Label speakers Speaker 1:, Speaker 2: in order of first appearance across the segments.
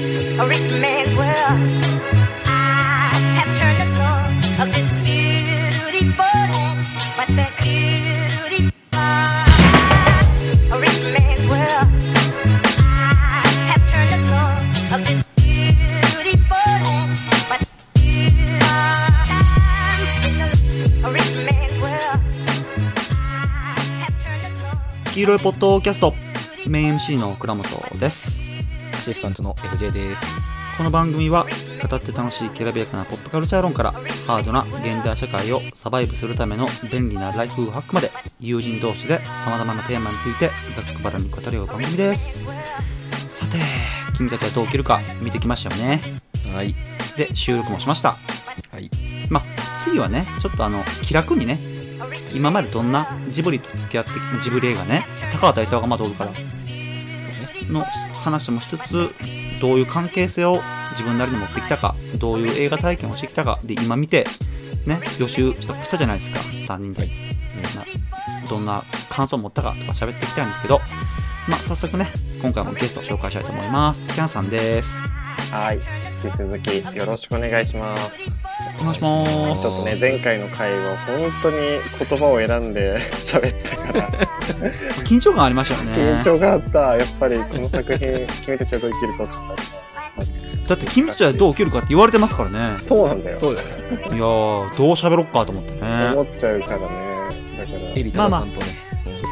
Speaker 1: a rich man's world. I have turned the soul of this beautiful land, but that beautiful a rich man's world. I have turned the soul of this beautiful land, but beautiful a rich man's world. I have turned the soul.
Speaker 2: 黄色いポッドキャストメイン MC の倉本です
Speaker 3: アシスタントの FJ です。
Speaker 2: この番組は語って楽しいきらびやかなポップカルチャー論からハードな現代社会をサバイブするための便利なライフハックまで友人同士で様々なテーマについてざっくばらんに語り合う番組ですさて君たちはどう起きるか見てきましたよね
Speaker 3: はい。
Speaker 2: で収録もしました
Speaker 3: はい。
Speaker 2: まあ次はねちょっとあの気楽にね今までどんなジブリと付き合ってきジブリ映画ね高畑勲がまずおるからの話もしつつどういう関係性を自分なりに持ってきたかどういう映画体験をしてきたかで今見てね予習したしたじゃないですか3人で、
Speaker 3: はい
Speaker 2: などんな感想を持ったかとか喋っていきたいんですけどまあ早速ね今回もゲストを紹介したいと思いますキャンさんです
Speaker 4: はい。引き続きよろしくお願いします。
Speaker 2: お願いします
Speaker 4: ちょっとね、前回の回は本当に言葉を選んで 喋ったから、
Speaker 2: 緊張感ありましたよね
Speaker 4: 緊張があった。やっぱりこの作品、君たちはどう生きるかちょっ
Speaker 2: だって君たちはどう起きるかって言われてますからね
Speaker 4: と。そうなんだよ。
Speaker 3: そうだね。
Speaker 2: いやーどう喋ろっかと思ってね
Speaker 4: 思っちゃうからね。だから
Speaker 3: エ、リタさんとね。そうそう。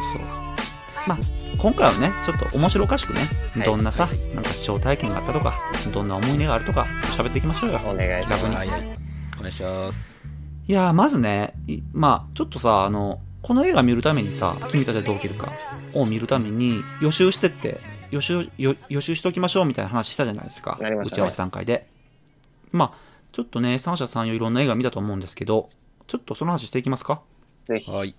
Speaker 2: 今回はねちょっと面白おかしくね、
Speaker 4: はい
Speaker 2: どんなさなんか視聴体験があったとかどんな思い出があるとか喋っていきましょうよ
Speaker 4: お願いしま
Speaker 2: 逆
Speaker 4: す。
Speaker 2: に
Speaker 3: はいはい。お願いします。
Speaker 2: いやーまずねいまあちょっとさあのこの映画見るためにさ「君たちはどう起きるか」を見るために予習してって予習よ予習しておきましょうみたいな話したじゃないですか、
Speaker 4: なりま
Speaker 2: 打
Speaker 4: した
Speaker 2: ち
Speaker 4: ね
Speaker 2: 合わせ段階でまあちょっとね三者三様いろんな映画見たと思うんですけどちょっとその話していきますか
Speaker 4: ぜひ。
Speaker 3: はい。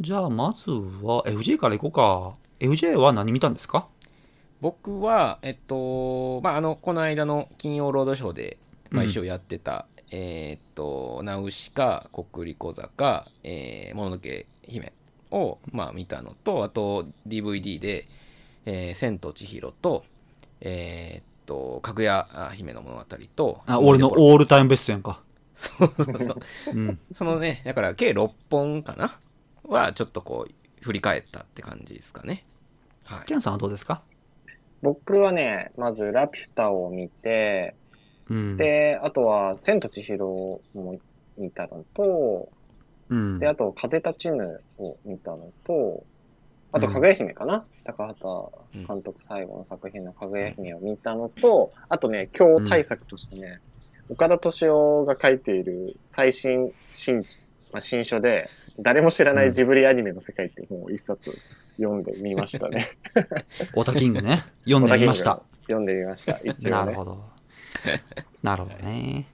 Speaker 2: じゃあまずは FJ からいこうか FJ は何見たんですか
Speaker 3: 僕は、えっと、まあ、あの、この間の金曜ロードショーで、まあ、一応やってた、えーっと、ナウシカ、コクリコ坂、えー、もののけ姫を、まあ、見たのと、あと、DVD で、えー、千と千尋と、えーっと、かぐやあ姫の物語と、
Speaker 2: あ俺のオールタイムベストやんか
Speaker 3: そうそうそう。
Speaker 2: うん
Speaker 3: そのね、だから計6本かなは、ちょっとこう、振り返ったって感じですかね。はい
Speaker 2: ケ。ンさんはどうですか
Speaker 4: 僕はね、まずラピュタを見て、
Speaker 2: うん
Speaker 4: で、あとは、千と千尋も見たのと、
Speaker 2: うん
Speaker 4: で、あと、風立ちぬを見たのと、あと、
Speaker 2: うん
Speaker 4: かぐや姫かな、高畑監督最後の作品のかぐや姫を見たのと、あとね、今日対策としてね、岡田敏夫が書いている最新新,、まあ、新書で、誰も知らないジブリアニメの世界っていう本を一冊読んでみました ね。
Speaker 2: オタキングね読んでみました
Speaker 4: 読んでみました。一
Speaker 2: な
Speaker 4: 応
Speaker 2: る
Speaker 4: ね。
Speaker 2: ほどなるほどね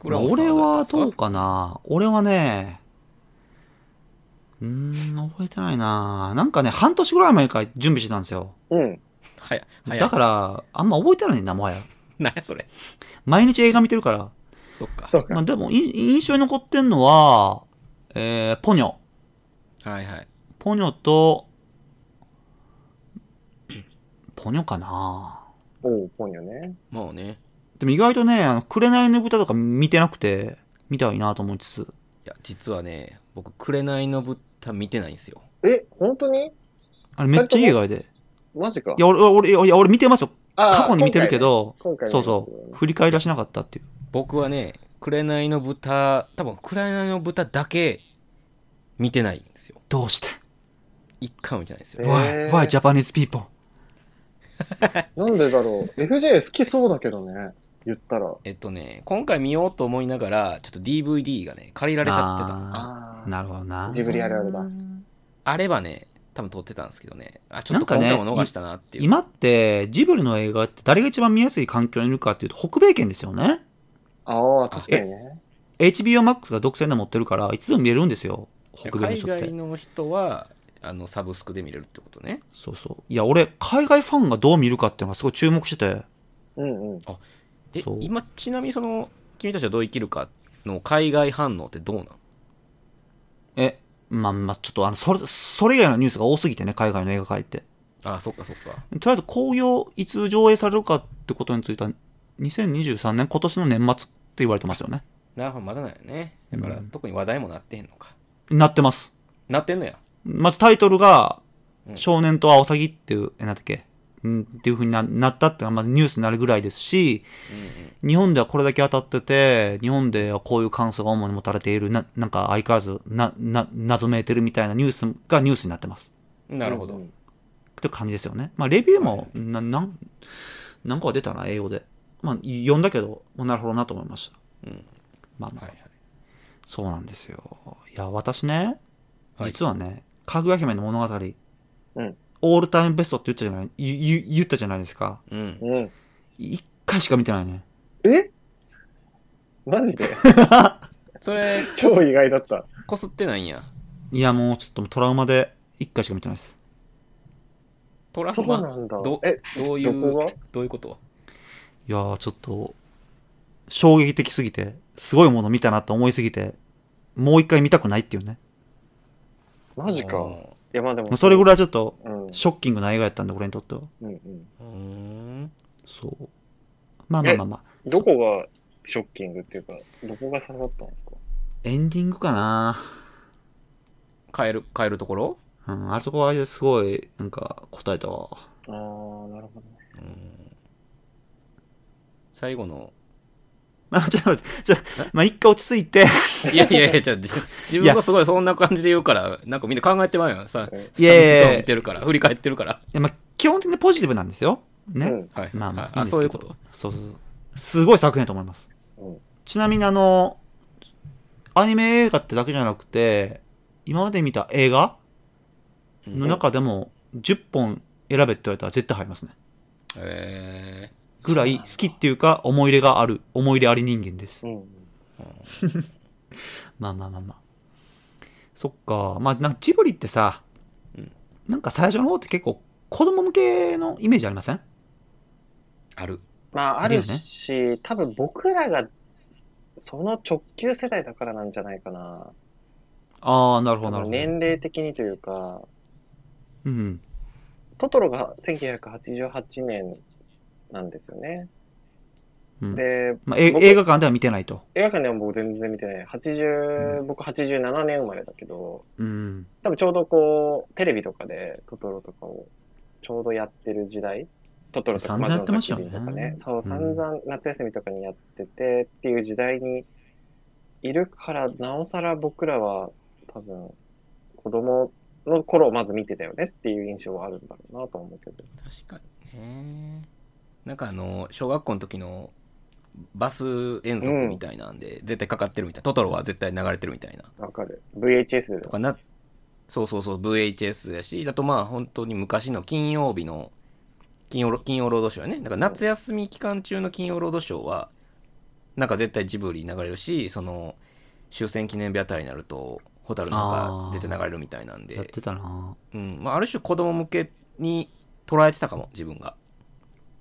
Speaker 3: これは
Speaker 2: 俺は
Speaker 3: そ
Speaker 2: ど
Speaker 3: う
Speaker 2: うかな俺はねうーん覚えてないななんかね半年ぐらい前から準備してたんですよ
Speaker 4: うん。
Speaker 3: はや、はや。
Speaker 2: だからあんま覚えてないねんなもはや
Speaker 3: なんやそれ。
Speaker 2: 毎日映画見てるから
Speaker 3: そっか。
Speaker 4: そう
Speaker 2: ま
Speaker 4: か
Speaker 2: あ。でもい印象に残ってんのはえー、ポニョ
Speaker 3: はいはい。
Speaker 2: ポニョと、ポニョかな
Speaker 4: おう、ポニョね。
Speaker 3: もうね。
Speaker 2: でも意外とね、あの、紅の豚とか見てなくて、見たいなと思いつつ。
Speaker 3: いや、実はね、僕、紅の豚見てないんですよ。
Speaker 4: え、本当に
Speaker 2: あれめっちゃいい映画で。
Speaker 4: マジか
Speaker 2: い。や、俺、俺、いや、いや俺見てますよ。
Speaker 4: あー
Speaker 2: 過去に見てるけ、ど、
Speaker 4: 今回ね
Speaker 2: そう
Speaker 4: 今回の
Speaker 2: そう。振り返りはしなかったっていう。
Speaker 3: 僕はね、紅の豚、多分、紅の豚だけ見てないんですよ。
Speaker 2: どうして
Speaker 3: 一回も見てないんですよ。
Speaker 2: ?Why? Why
Speaker 4: え
Speaker 2: Japanese people?
Speaker 4: なんでだろう。FJ 好きそうだけどね。言ったら。
Speaker 3: えっとね、今回見ようと思いながら、ちょっと DVD がね、借りられちゃってたんですよ。
Speaker 4: あ
Speaker 2: なるほどな。
Speaker 4: ジブリあるあるだ。
Speaker 3: あればね、多分撮ってたんですけどね。あ、ちょっと
Speaker 2: なん
Speaker 3: 今
Speaker 2: かね
Speaker 3: 回も逃したなっていう。
Speaker 2: 今って、ジブリの映画って誰が一番見やすい環境にいるかっていうと、北米圏ですよね。
Speaker 4: ああ、確かにね。
Speaker 2: HBO Max が独占で持ってるから、いつでも見れるんですよ。北米の
Speaker 3: 海
Speaker 2: 人って
Speaker 3: 外。の人は、あの、サブスクで見れるってことね。
Speaker 2: そうそう。いや、俺、海外ファンがどう見るかっていうのがすごい注目してて、
Speaker 4: うんうん。
Speaker 3: え
Speaker 2: そう、
Speaker 3: 今、ちなみにその、君たちはどう生きるかの海外反応ってどうなの
Speaker 2: え、まあまあ、ちょっとあの、それ、それ以外のニュースが多すぎてね、海外の映画界って。
Speaker 3: あそっかそっか。
Speaker 2: とりあえず、興行、いつ上映されるかってことについては、 2023年、今年の年末って言われてますよね。
Speaker 3: なるほど、まだないよね。だから、
Speaker 2: うん
Speaker 3: 特に話題もなってへんのか。
Speaker 2: なってます。
Speaker 3: なってんのや。
Speaker 2: まずタイトルが
Speaker 3: う、ん
Speaker 2: 少年とアオサギっていう、え、なんだっけ、うん、っていう風にななったっていうのがまずニュースになるぐらいですし、
Speaker 3: うん
Speaker 2: 日本ではこれだけ当たってて、日本ではこういう感想が主に持たれている、ななんか相変わらずな、な、謎めいてるみたいなニュースがニュースになってます。
Speaker 3: うん。なるほど。
Speaker 4: うん
Speaker 2: って感じですよね。まあ、レビューも、な、なん、なんかは出たな、英語で。まあ、読んだけど、なるほどなと思いました。
Speaker 3: うん。
Speaker 2: まあまあ、
Speaker 3: はいはい。
Speaker 2: そうなんですよ。いや、私ね、
Speaker 3: はい
Speaker 2: 実はね、かぐや姫の物語、
Speaker 4: うん
Speaker 2: オールタイムベストって言ったじゃない、ゆゆ言ったじゃないですか。
Speaker 3: うん。
Speaker 4: うん。
Speaker 2: 一回しか見てないね。
Speaker 4: えマジで
Speaker 3: それ、
Speaker 4: 超意外だった。
Speaker 3: こすってないんや。
Speaker 2: いや、もうちょっとトラウマで一回しか見てないです。
Speaker 3: トラ
Speaker 4: そ
Speaker 3: ウ
Speaker 4: うな
Speaker 3: マ。
Speaker 4: んだ
Speaker 3: ど。
Speaker 4: え、
Speaker 3: どうい
Speaker 4: ど
Speaker 3: う、
Speaker 4: こが
Speaker 3: どういうこと
Speaker 2: いやー、ちょっと、衝撃的すぎて、すごいもの見たなと思いすぎて、もう一回見たくないっていうね。
Speaker 4: マジか。
Speaker 3: う
Speaker 4: いや、まあで
Speaker 2: まあ
Speaker 4: も。
Speaker 2: それぐ
Speaker 4: ら
Speaker 2: ら
Speaker 4: い。
Speaker 2: いちょっと、
Speaker 4: うん。うん
Speaker 2: ショッキングな映画やったんで、俺にとっては。
Speaker 4: うん。
Speaker 3: ん。
Speaker 2: そう。まあまあまあまあ。
Speaker 4: どこがショッキングっていうか、どこが刺さったんですか
Speaker 2: エンディングかな
Speaker 3: 変える、変えるところ
Speaker 2: うん、あそこはすごい、なんか、答えたわ。
Speaker 4: あー、なるほどね。
Speaker 3: うん。最後の。
Speaker 2: まあ、ちょっと待って、ちょっと、まあ、一回落ち着いて、
Speaker 3: いやいやいや、じゃあじ自分がすごいそんな感じで言うから、なんかみんな考えてまうよ。さ、
Speaker 4: うん
Speaker 3: い
Speaker 2: やいやいや
Speaker 3: 見てるから、振り返ってるから。
Speaker 2: いやまあ、基本的にポジティブなんですよ。
Speaker 4: う
Speaker 2: ね。
Speaker 4: ん。
Speaker 3: はい。
Speaker 2: まあまあい
Speaker 3: はい
Speaker 2: んですけど
Speaker 3: そういうこと。
Speaker 2: そうそうそう。すごい作品だと思います。
Speaker 4: うん
Speaker 2: ちなみに、あの、アニメ映画ってだけじゃなくて、今まで見た映画の中でも、10本選べって言われたら絶対入りますね。
Speaker 3: え
Speaker 2: ぐらい好きっていうか、思い入れがある、思い入れあり人間です
Speaker 4: う。ん。
Speaker 2: まあまあまあまあ。そっか。まあ、なんかジブリってさ、
Speaker 3: うん
Speaker 2: なんか最初の方って結構子供向けのイメージありません
Speaker 3: ーある。
Speaker 4: まあ、あるし、多分僕らが、その直球世代だからなんじゃないかな。
Speaker 2: ああ、なるほど、な
Speaker 4: 多
Speaker 2: る
Speaker 4: 分
Speaker 2: ほ
Speaker 4: 年
Speaker 2: ど。
Speaker 4: 齢的にというか、
Speaker 2: うん。
Speaker 4: トトロが1988年なんですよね。
Speaker 2: うん
Speaker 4: で、
Speaker 2: まあ、え
Speaker 4: 僕
Speaker 2: 映画館では見てないと。
Speaker 4: 映画館では僕全然見てない。80、僕87年生まれだけど、
Speaker 2: うん。
Speaker 4: 多分ちょうどこう、テレビとかでトトロとかをちょうどやってる時代。トトロとか
Speaker 2: 散々やってましたよね
Speaker 4: 魔女の宅急便とかね。そう、
Speaker 2: ん
Speaker 4: 散々夏休みとかにやっててっていう時代にいるから、なおさら僕らは多分子供の頃をまず見てたよねっていう印象はあるんだろうなと思うけど。
Speaker 3: 確かにね。なんかあの、小学校の時のバス遠足みたいなんで、絶対かかってるみたいな。トトロは絶対流れてるみたいな。
Speaker 4: わかる。VHS で
Speaker 3: と
Speaker 4: だ
Speaker 3: かな、そうそうそう、VHS やし、だとまあ本当に昔の金曜日の、金曜ロ金曜ロードショーやね。だから夏休み期間中の金曜ロードショーは、なんか絶対ジブリ流れるし、その、終戦記念日あたりになると、ホタルなん
Speaker 2: あ
Speaker 3: か
Speaker 2: ー
Speaker 3: 絶対流れるみたいなん
Speaker 2: やっ
Speaker 3: で、
Speaker 2: てたな
Speaker 3: うん。まあある種子供向けに捉えてたかも、自分が。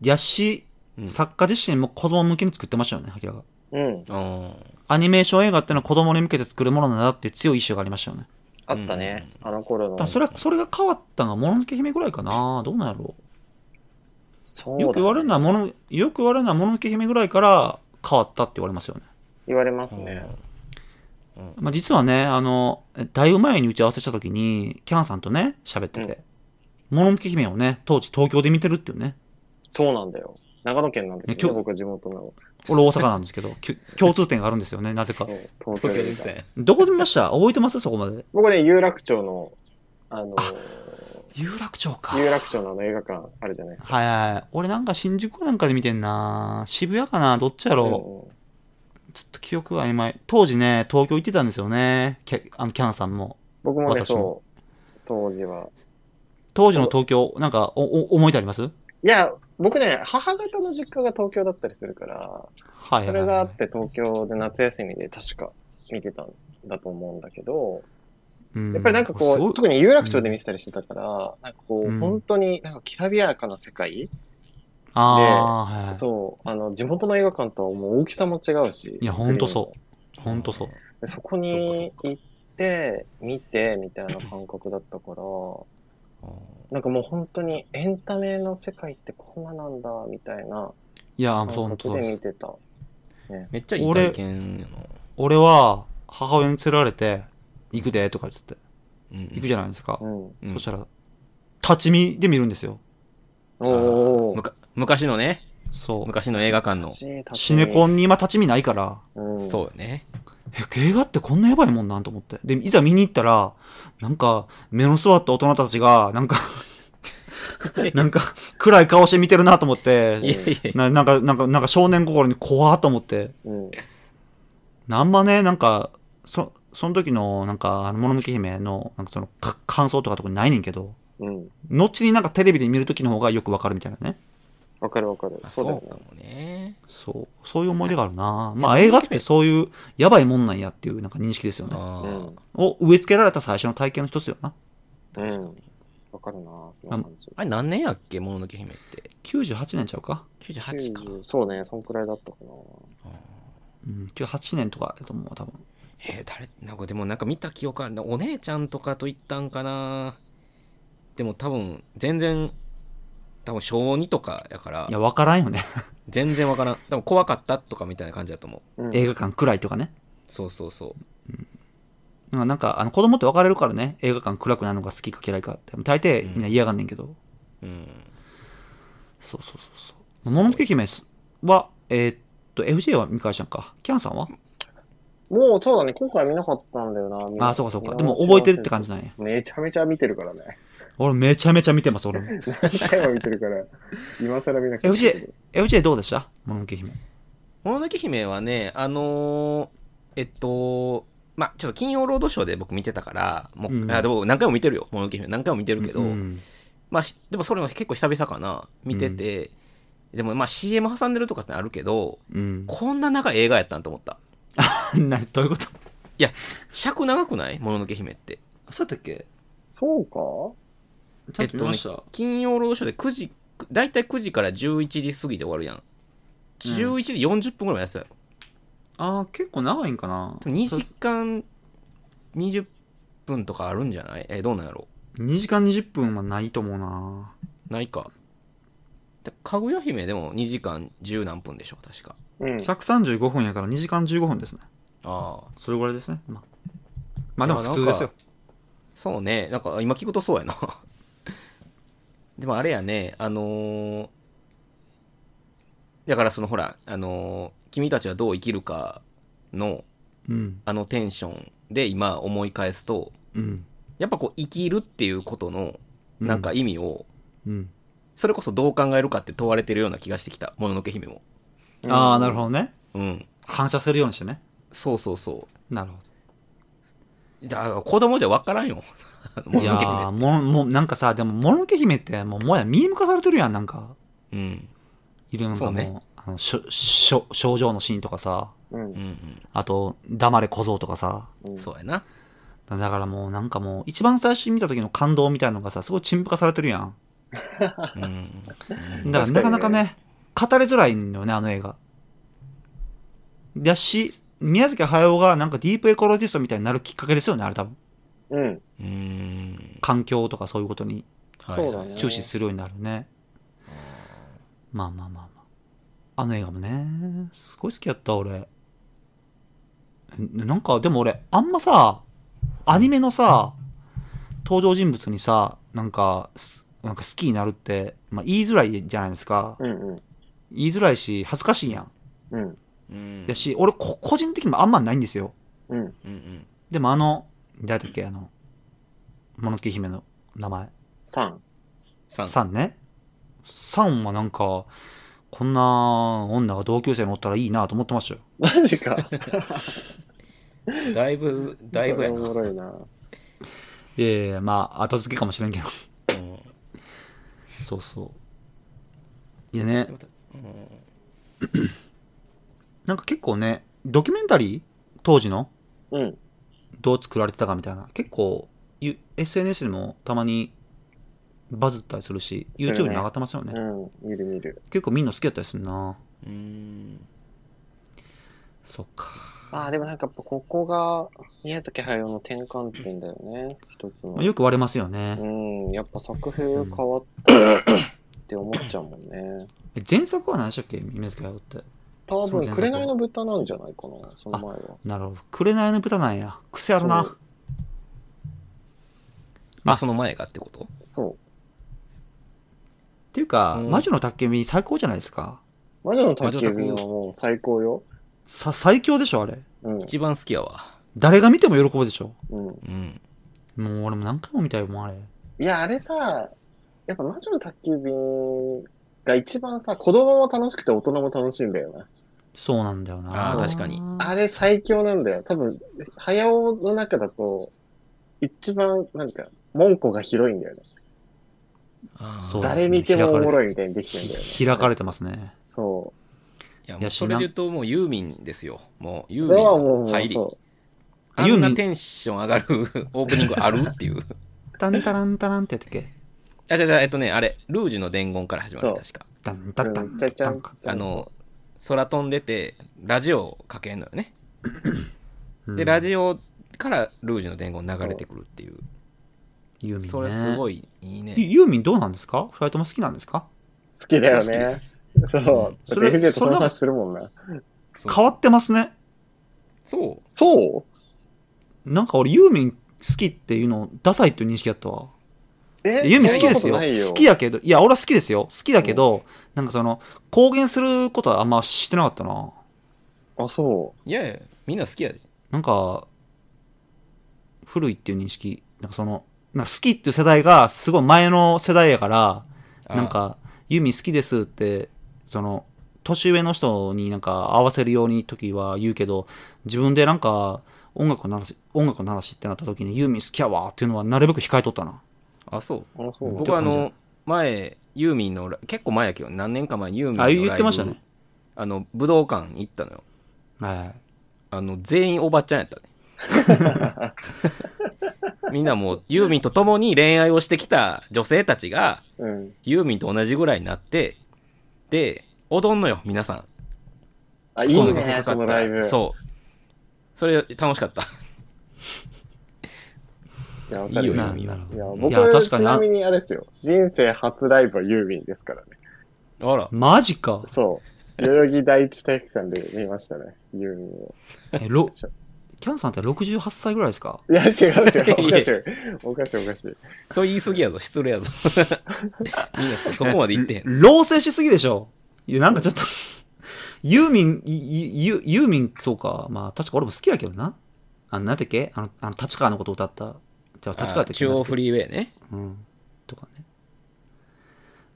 Speaker 2: やし、
Speaker 3: うん。
Speaker 2: 作家自身も子供向けに作ってましたよね、ハキラが。
Speaker 4: うん。
Speaker 3: うん
Speaker 2: アニメーション映画ってのは子供に向けて作るものなんだっていう強い意志がありましたよね。
Speaker 4: あったね。
Speaker 3: う
Speaker 4: あの頃の。
Speaker 2: だからそれは、それが変わったのが、もののけ姫ぐらいかなどうなんやろ
Speaker 4: そう
Speaker 2: う
Speaker 4: だね
Speaker 2: よく言われるのは、もの、よく言われるのは、もののけ姫ぐらいから変わったって言われますよね。
Speaker 4: 言われますね。
Speaker 2: まあ、実はね、あの、だいぶ前に打ち合わせした時に、キャンさんとね、喋ってて、もののけ姫をね、当時東京で見てるっていうね、
Speaker 4: そうなんだよ。長野県なんだけ
Speaker 2: ね今
Speaker 4: ど、
Speaker 2: 日
Speaker 4: 僕は地元なの。
Speaker 2: 俺大阪なんですけ ど、きゅ共通点があるんですよね、なぜ
Speaker 4: そ
Speaker 2: か。
Speaker 4: う、東京
Speaker 3: 東京で
Speaker 4: で
Speaker 3: 来たんや
Speaker 2: どこで見ました覚えてますそこまで。
Speaker 4: 僕ね、有楽町の、あのー、
Speaker 2: 有楽町か。
Speaker 4: 有楽町のあの映画館あるじゃないですか。
Speaker 2: はいはい。俺なんか新宿なんかで見てんな渋谷かなどっちや
Speaker 4: うん
Speaker 2: ろう、ちょっと記憶が曖昧。当時ね、東京行ってたんですよね。キャあのキャンさんも。
Speaker 4: 僕もね、
Speaker 2: 私も
Speaker 4: そう、当時は。
Speaker 2: 当時の東京、なんかおお思い出ありますはい
Speaker 4: や、僕ね、母方の実家が東京だったりするから、
Speaker 2: いはい、はい。
Speaker 4: それがあって東京で夏休みで確か見てたんだと思うんだけど、
Speaker 2: うん
Speaker 4: やっぱりなんかこ
Speaker 2: すご
Speaker 4: う、
Speaker 2: い
Speaker 4: 特に有楽町で見てたりしてたから、なんかこ
Speaker 2: う
Speaker 4: う、
Speaker 2: ん
Speaker 4: 本当になんかきらびやかな世界、
Speaker 2: ああ、はいはい。
Speaker 4: そう、あの、地元の映画館とはもう大きさも違うし。
Speaker 2: いやほんとそうほんとそう。
Speaker 4: でそこ
Speaker 3: そっ
Speaker 4: に
Speaker 3: かそっ
Speaker 4: 行って、見て、みたいな感覚だったから、
Speaker 3: うん
Speaker 4: なんかもう本当にエンタメの世界ってこんななんだ、みたいな
Speaker 2: いや、
Speaker 4: 感
Speaker 2: そう、そう
Speaker 4: 覚で
Speaker 2: で
Speaker 4: 見
Speaker 2: す。
Speaker 4: てた。
Speaker 3: めっちゃいい体験やな。
Speaker 2: 俺は、母親に連れられて、行くで、とか言って、
Speaker 3: うん
Speaker 2: 行くじゃないですか
Speaker 4: う。ん。
Speaker 3: うん
Speaker 2: そしたら、立ち見で見るんですよ。
Speaker 4: おー。
Speaker 3: むか昔のね、
Speaker 2: そう。
Speaker 3: 昔の映画館の。
Speaker 2: シネコ
Speaker 4: ン。
Speaker 2: ンに今立ち見ないから、
Speaker 4: うん
Speaker 3: そうよね。
Speaker 2: え、映画ってこんなやばいもんなんと思って。で、いざ見に行ったら、なんか、目の座った大人たちが、 なんか、なんか、暗い顔して見てるなと思っ
Speaker 3: い
Speaker 2: て、
Speaker 3: やい
Speaker 2: な
Speaker 3: や、
Speaker 2: なんか、なんか、なんか少年心に怖っと思って。
Speaker 4: うん。
Speaker 2: あんまね、なんか、そ、その時の、なんか、あの、もののけ姫の、なんかその、か感想とかとかないねんけど、
Speaker 4: うん。
Speaker 2: 後になんかテレビで見る時の方がよくわかるみたいなね。
Speaker 4: わかるわかる。
Speaker 3: あ
Speaker 4: そうだ
Speaker 3: そ
Speaker 4: よ
Speaker 3: う
Speaker 4: ね
Speaker 3: か。もね。
Speaker 2: そう、そういう思い出があるなまあ映画ってそういう、やばいもんなんやっていう、なんか認識ですよね。
Speaker 3: あ
Speaker 4: う
Speaker 3: あ
Speaker 4: ん。
Speaker 2: を植え付けられた最初の体験の一つよな。
Speaker 4: うん。わかるなその感じ。
Speaker 3: あれ何年やっけ、もののけ姫って。
Speaker 2: 98年ちゃうか
Speaker 3: 98か。
Speaker 4: 90そうね、そんくらいだったかな。
Speaker 3: ああ
Speaker 2: うん、98年とかやと思うわ、多分。
Speaker 3: えー誰なんかでもなんか見た記憶あるなお姉ちゃんとかと言ったんかなでも多分全然多分小2とかやから
Speaker 2: いや、わからんよね。
Speaker 3: 全然わからん多分怖かったとかみたいな感じだと思う
Speaker 4: うん
Speaker 2: 映画館暗いとかね。
Speaker 3: そうそうそう
Speaker 2: うんなんか、あの、子供って別れるからね、映画館暗くなるのが好きか嫌いかって。大抵みんな嫌がんねんけど。
Speaker 3: うん
Speaker 2: そうそうそうそう。もののけ姫は、えーっと、FJ は見返したんか。キャンさんは
Speaker 4: もうそうだね、今回見なかったんだよな。
Speaker 2: あ、そうかそうか。でも覚えてるって感じなんや。
Speaker 4: めちゃめちゃ見てるからね。
Speaker 2: 俺めちゃめちゃ見てます、俺も。
Speaker 4: 何回も見てるから、今更見なくても
Speaker 2: FJ、FJ どうでしたもののけ姫。
Speaker 3: もののけ姫はねあのーえっとまあちょっと金曜ロードショーで僕見てたからもう、
Speaker 2: うん
Speaker 3: あでも何回も見てるよもののけ姫何回も見てるけど、
Speaker 2: うん
Speaker 3: まあ、しでもそれも結構久々かな見てて、でもまあ CM 挟んでるとかってあるけど
Speaker 2: うん。
Speaker 3: こんな長い映画やったんと思った
Speaker 2: な、どういうこと
Speaker 3: 尺長くないもののけ姫って。
Speaker 2: そうだっけ
Speaker 4: そうか
Speaker 2: ちゃんと見ました。
Speaker 3: えっとね金曜ロードショーで9時、大体9時から11時過ぎで終わるやん。11時40分ぐらいまでやってたよ。
Speaker 2: ああ、結構長いんかな。
Speaker 3: でも2時間20分とかあるんじゃないえ、どうなんやろ
Speaker 2: 2時間20分はないと思うな。
Speaker 3: ないか。でかぐや姫でも2時間10何分でしょ、確か。
Speaker 4: うん。
Speaker 2: 135分やから2時間15分ですね。
Speaker 3: ああ。
Speaker 2: それぐらいですね。まあ、まあでも普通ですよ。
Speaker 3: そうね。なんか今聞くとそうやな。 でもあれやね、あのーだからそのほら、あのー君たちはどう生きるかの
Speaker 2: うん。
Speaker 3: あのテンションで今思い返すと、
Speaker 2: うん。
Speaker 3: やっぱこう生きるっていうことのなんか意味を、
Speaker 2: うん。
Speaker 3: それこそどう考えるかって問われてるような気がしてきた、もののけ姫も。
Speaker 2: ああ、なるほどね。
Speaker 3: うん。
Speaker 2: 反射するようにしてね。
Speaker 3: そうそうそ
Speaker 2: なるほど。
Speaker 3: う。だから子供じゃ分からんよ。あのも
Speaker 2: い
Speaker 3: の
Speaker 2: や
Speaker 3: のけ姫
Speaker 2: ーもう、もう、なんかさ、でも、もののけ姫って、もう、もはやミーム化されてるやん、なんか。
Speaker 3: うん。
Speaker 2: いるの
Speaker 3: そ
Speaker 2: か
Speaker 3: う
Speaker 2: も、
Speaker 3: ね
Speaker 2: あの、しょ、しょ、症状のシーンとかさ、
Speaker 4: う
Speaker 3: うん
Speaker 4: ん。
Speaker 2: あと、黙れ小僧とかさ。
Speaker 4: う
Speaker 3: うんん。そうやな。
Speaker 2: だからもう、なんかもう、一番最初に見た時の感動みたいのがさ、すごい陳腐化されてるやん。
Speaker 3: うん。うん
Speaker 2: だからなかなかね、語りづらいんだよね、あの映画。だし、宮崎駿がなんかディープエコロジストみたいになるきっかけですよね、あれ多分。
Speaker 4: うん。
Speaker 3: うん。
Speaker 2: 環境とかそういうことに
Speaker 3: はい
Speaker 4: そうだね
Speaker 2: 注視するようになるね。まあまあまあまあ。あの映画もね、すごい好きやった、俺。ななんか、でも俺、あんまさ、アニメのさ、登場人物にさ、なんか、すなんか好きになるって、まあ言いづらいじゃないですか。
Speaker 4: うん。うん。
Speaker 2: 言いづらいし、恥ずかしいやん。
Speaker 4: うん。
Speaker 3: うん
Speaker 2: やし、俺こ、個人的にもあんまないんですよ。
Speaker 4: うん。
Speaker 3: うんうん。
Speaker 2: でもあの、誰だっけ、あの、もののけ姫の名前、
Speaker 4: さん。
Speaker 3: さん。
Speaker 2: サンね。サンはなんか、こんな女が同級生におったらいいなと思ってましたよ。
Speaker 4: マジか。
Speaker 3: だいぶ、 だいぶや
Speaker 4: こ
Speaker 3: な。
Speaker 4: れお
Speaker 3: う
Speaker 4: もろいな。
Speaker 2: いやいやまあ、後付けかもしれんけど。
Speaker 3: ん
Speaker 2: そうそう。いやね
Speaker 3: で、もたうん
Speaker 2: なんか結構ね、ドキュメンタリー当時の
Speaker 4: うん。
Speaker 2: どう作られてたかみたいな。結構、ゆ SNS でもたまにバズったりするし、
Speaker 4: するね
Speaker 2: YouTube に上がってますよね。
Speaker 4: うん。見る見る。
Speaker 2: 結構みんな好きやったりするな。
Speaker 3: うん。
Speaker 2: そっか。
Speaker 4: ああ、でもなんかやっぱここが宮崎駿の転換点だよね。一つの
Speaker 2: まあ。よく割れますよね。
Speaker 4: うん。やっぱ作風変わっって思っちゃうもんね。
Speaker 2: え前作は何でしたっけ水木駿って。
Speaker 4: 多
Speaker 2: そうじゃ
Speaker 4: 分、
Speaker 2: な
Speaker 4: 紅の豚なんじゃないかな、その前は。
Speaker 2: なるほど。紅の豚なんや。癖あるな。
Speaker 3: まあ、その前がってこと
Speaker 4: そう。
Speaker 2: っていうか、
Speaker 3: うん
Speaker 2: 魔女の宅急便最高じゃないですか。
Speaker 4: 魔女の宅急便はもう最高よ。
Speaker 2: さ、最強でしょ、あれ。
Speaker 4: うん。
Speaker 3: 一番好きやわ。
Speaker 2: 誰が見ても喜ぶでしょ。
Speaker 4: うん。
Speaker 3: うん。
Speaker 2: もう俺も何回も見たよ、もうあれ。
Speaker 4: いや、あれさ、やっぱ魔女の宅急便が一番さ、子供も楽しくて大人も楽しいんだよな。
Speaker 2: そうなんだよな。
Speaker 3: あー確かに
Speaker 4: あれ最強なんだよ。多分、早尾の中だと、一番、なんか、門戸が広いんだよね。
Speaker 3: あー
Speaker 2: そうですね
Speaker 4: 誰見てもおもろいみたいにできてんだよね。
Speaker 2: ひ開かれてますね。
Speaker 4: そ
Speaker 3: いや、
Speaker 2: い
Speaker 3: も
Speaker 2: や
Speaker 3: う
Speaker 2: し
Speaker 3: そ
Speaker 2: な
Speaker 3: れで言うと、もうユーミンですよ。もうユ
Speaker 4: う。
Speaker 3: ー
Speaker 4: それは
Speaker 3: ミ
Speaker 4: も
Speaker 3: ン
Speaker 4: う、
Speaker 3: の入り。
Speaker 4: そ
Speaker 3: あ
Speaker 2: ユー
Speaker 3: ん
Speaker 2: ミ
Speaker 3: な
Speaker 2: ン
Speaker 3: テンション上がる オープニングあるっていう。
Speaker 2: タンタランタランってやったっけ
Speaker 3: あ、じゃじゃえっとね、あれ、ルージュの伝言から始まる、
Speaker 4: そう
Speaker 3: 確か。
Speaker 2: ダンタッタン
Speaker 4: ちゃち
Speaker 2: タ
Speaker 4: ゃ
Speaker 2: ン
Speaker 4: ん
Speaker 2: か。。
Speaker 3: あの、空飛んでて、ラジオをかけんのよね。
Speaker 2: で
Speaker 3: で、ラジオからルージュの伝言流れてくるっていう。
Speaker 2: ユーミン、ね。
Speaker 3: それすごいいい
Speaker 2: ユ
Speaker 3: ね。
Speaker 2: ユーミンどうなんですか二人とも好きなんですか
Speaker 4: 好きだ
Speaker 3: 大
Speaker 4: よ
Speaker 3: 好きで
Speaker 4: ね。
Speaker 3: す
Speaker 4: そう。だ
Speaker 2: それ
Speaker 4: って AJ と
Speaker 2: そ
Speaker 4: そ
Speaker 2: ん
Speaker 4: の
Speaker 2: な
Speaker 4: 話するもんな。
Speaker 3: そう
Speaker 2: 変わってますね。
Speaker 3: そう。
Speaker 4: そう
Speaker 2: なんか俺ユーミン好きっていうのダサいっていう認識だったわ。
Speaker 4: え
Speaker 2: ユーミン好きですよ。
Speaker 4: そんなことない
Speaker 2: 好きやけど、いや、俺は好きですよ。好きだけど、なんかその、公言することはあんましてなかったな。
Speaker 4: あ、そ
Speaker 3: いやいや、みんな好きやで。
Speaker 2: なんか、古いっていう認識。なんかその、なんか好きっていう世代がすごい前の世代やから、
Speaker 3: あー
Speaker 2: なん、か、ユーミン好きですって、その、年上の人になんか合わせるように時は言うけど、自分でなんか、音楽の話、音楽の話ってなった時にユーミン好きやわっていうのはなるべく控えとったな。
Speaker 3: あ、そう。
Speaker 4: う。あ、そう。
Speaker 3: 僕はあの、前、ユーミンのラ、結構前やけど、何年か前、ユーミンの
Speaker 2: あ、
Speaker 3: ライブ
Speaker 2: 言ってましたね。。
Speaker 3: あの、武道館に行ったのよ。
Speaker 2: はい。
Speaker 3: あの、全員おばちゃんやったね。 みんなもう、ユーミンと共に恋愛をしてきた女性たちが、
Speaker 4: うん。
Speaker 3: ユーミンと同じぐらいになって、で、踊んのよ、皆さん。
Speaker 4: あ、いい
Speaker 3: そう
Speaker 4: ね、そのライブ。
Speaker 3: そう。それ、楽しかった。
Speaker 4: いや、わかる
Speaker 3: いいよ
Speaker 2: な
Speaker 3: ユーミンは
Speaker 2: なるほ
Speaker 4: い
Speaker 2: ど
Speaker 4: や、
Speaker 2: い
Speaker 4: 僕
Speaker 2: や
Speaker 4: は
Speaker 2: 確か
Speaker 4: ち
Speaker 2: に
Speaker 4: な
Speaker 2: な
Speaker 4: みにあれですよ。人生初ライブはユーミンですからね。
Speaker 3: あら、
Speaker 2: マジか。
Speaker 4: そう。代々木第一体育館で見ましたね、ユーミンを。
Speaker 2: え、ろ、キャンさんって68歳ぐらいですか
Speaker 4: いや、違う違う、おかしい。おかしい、おかしい。
Speaker 3: それ言い過ぎやぞ、失礼 やぞ。みんなそそこまで言ってへん。
Speaker 2: 老成しすぎでしょ。いや、なんかちょっと、ユーミン、いいユユーミン、そうか。まあ、確か俺も好きやけどな。あの、なんだっけあの、あの、立川のこと歌った。じゃあ、立川
Speaker 3: あ
Speaker 2: って
Speaker 3: 中央フリーウェイね。
Speaker 2: うん。とかね。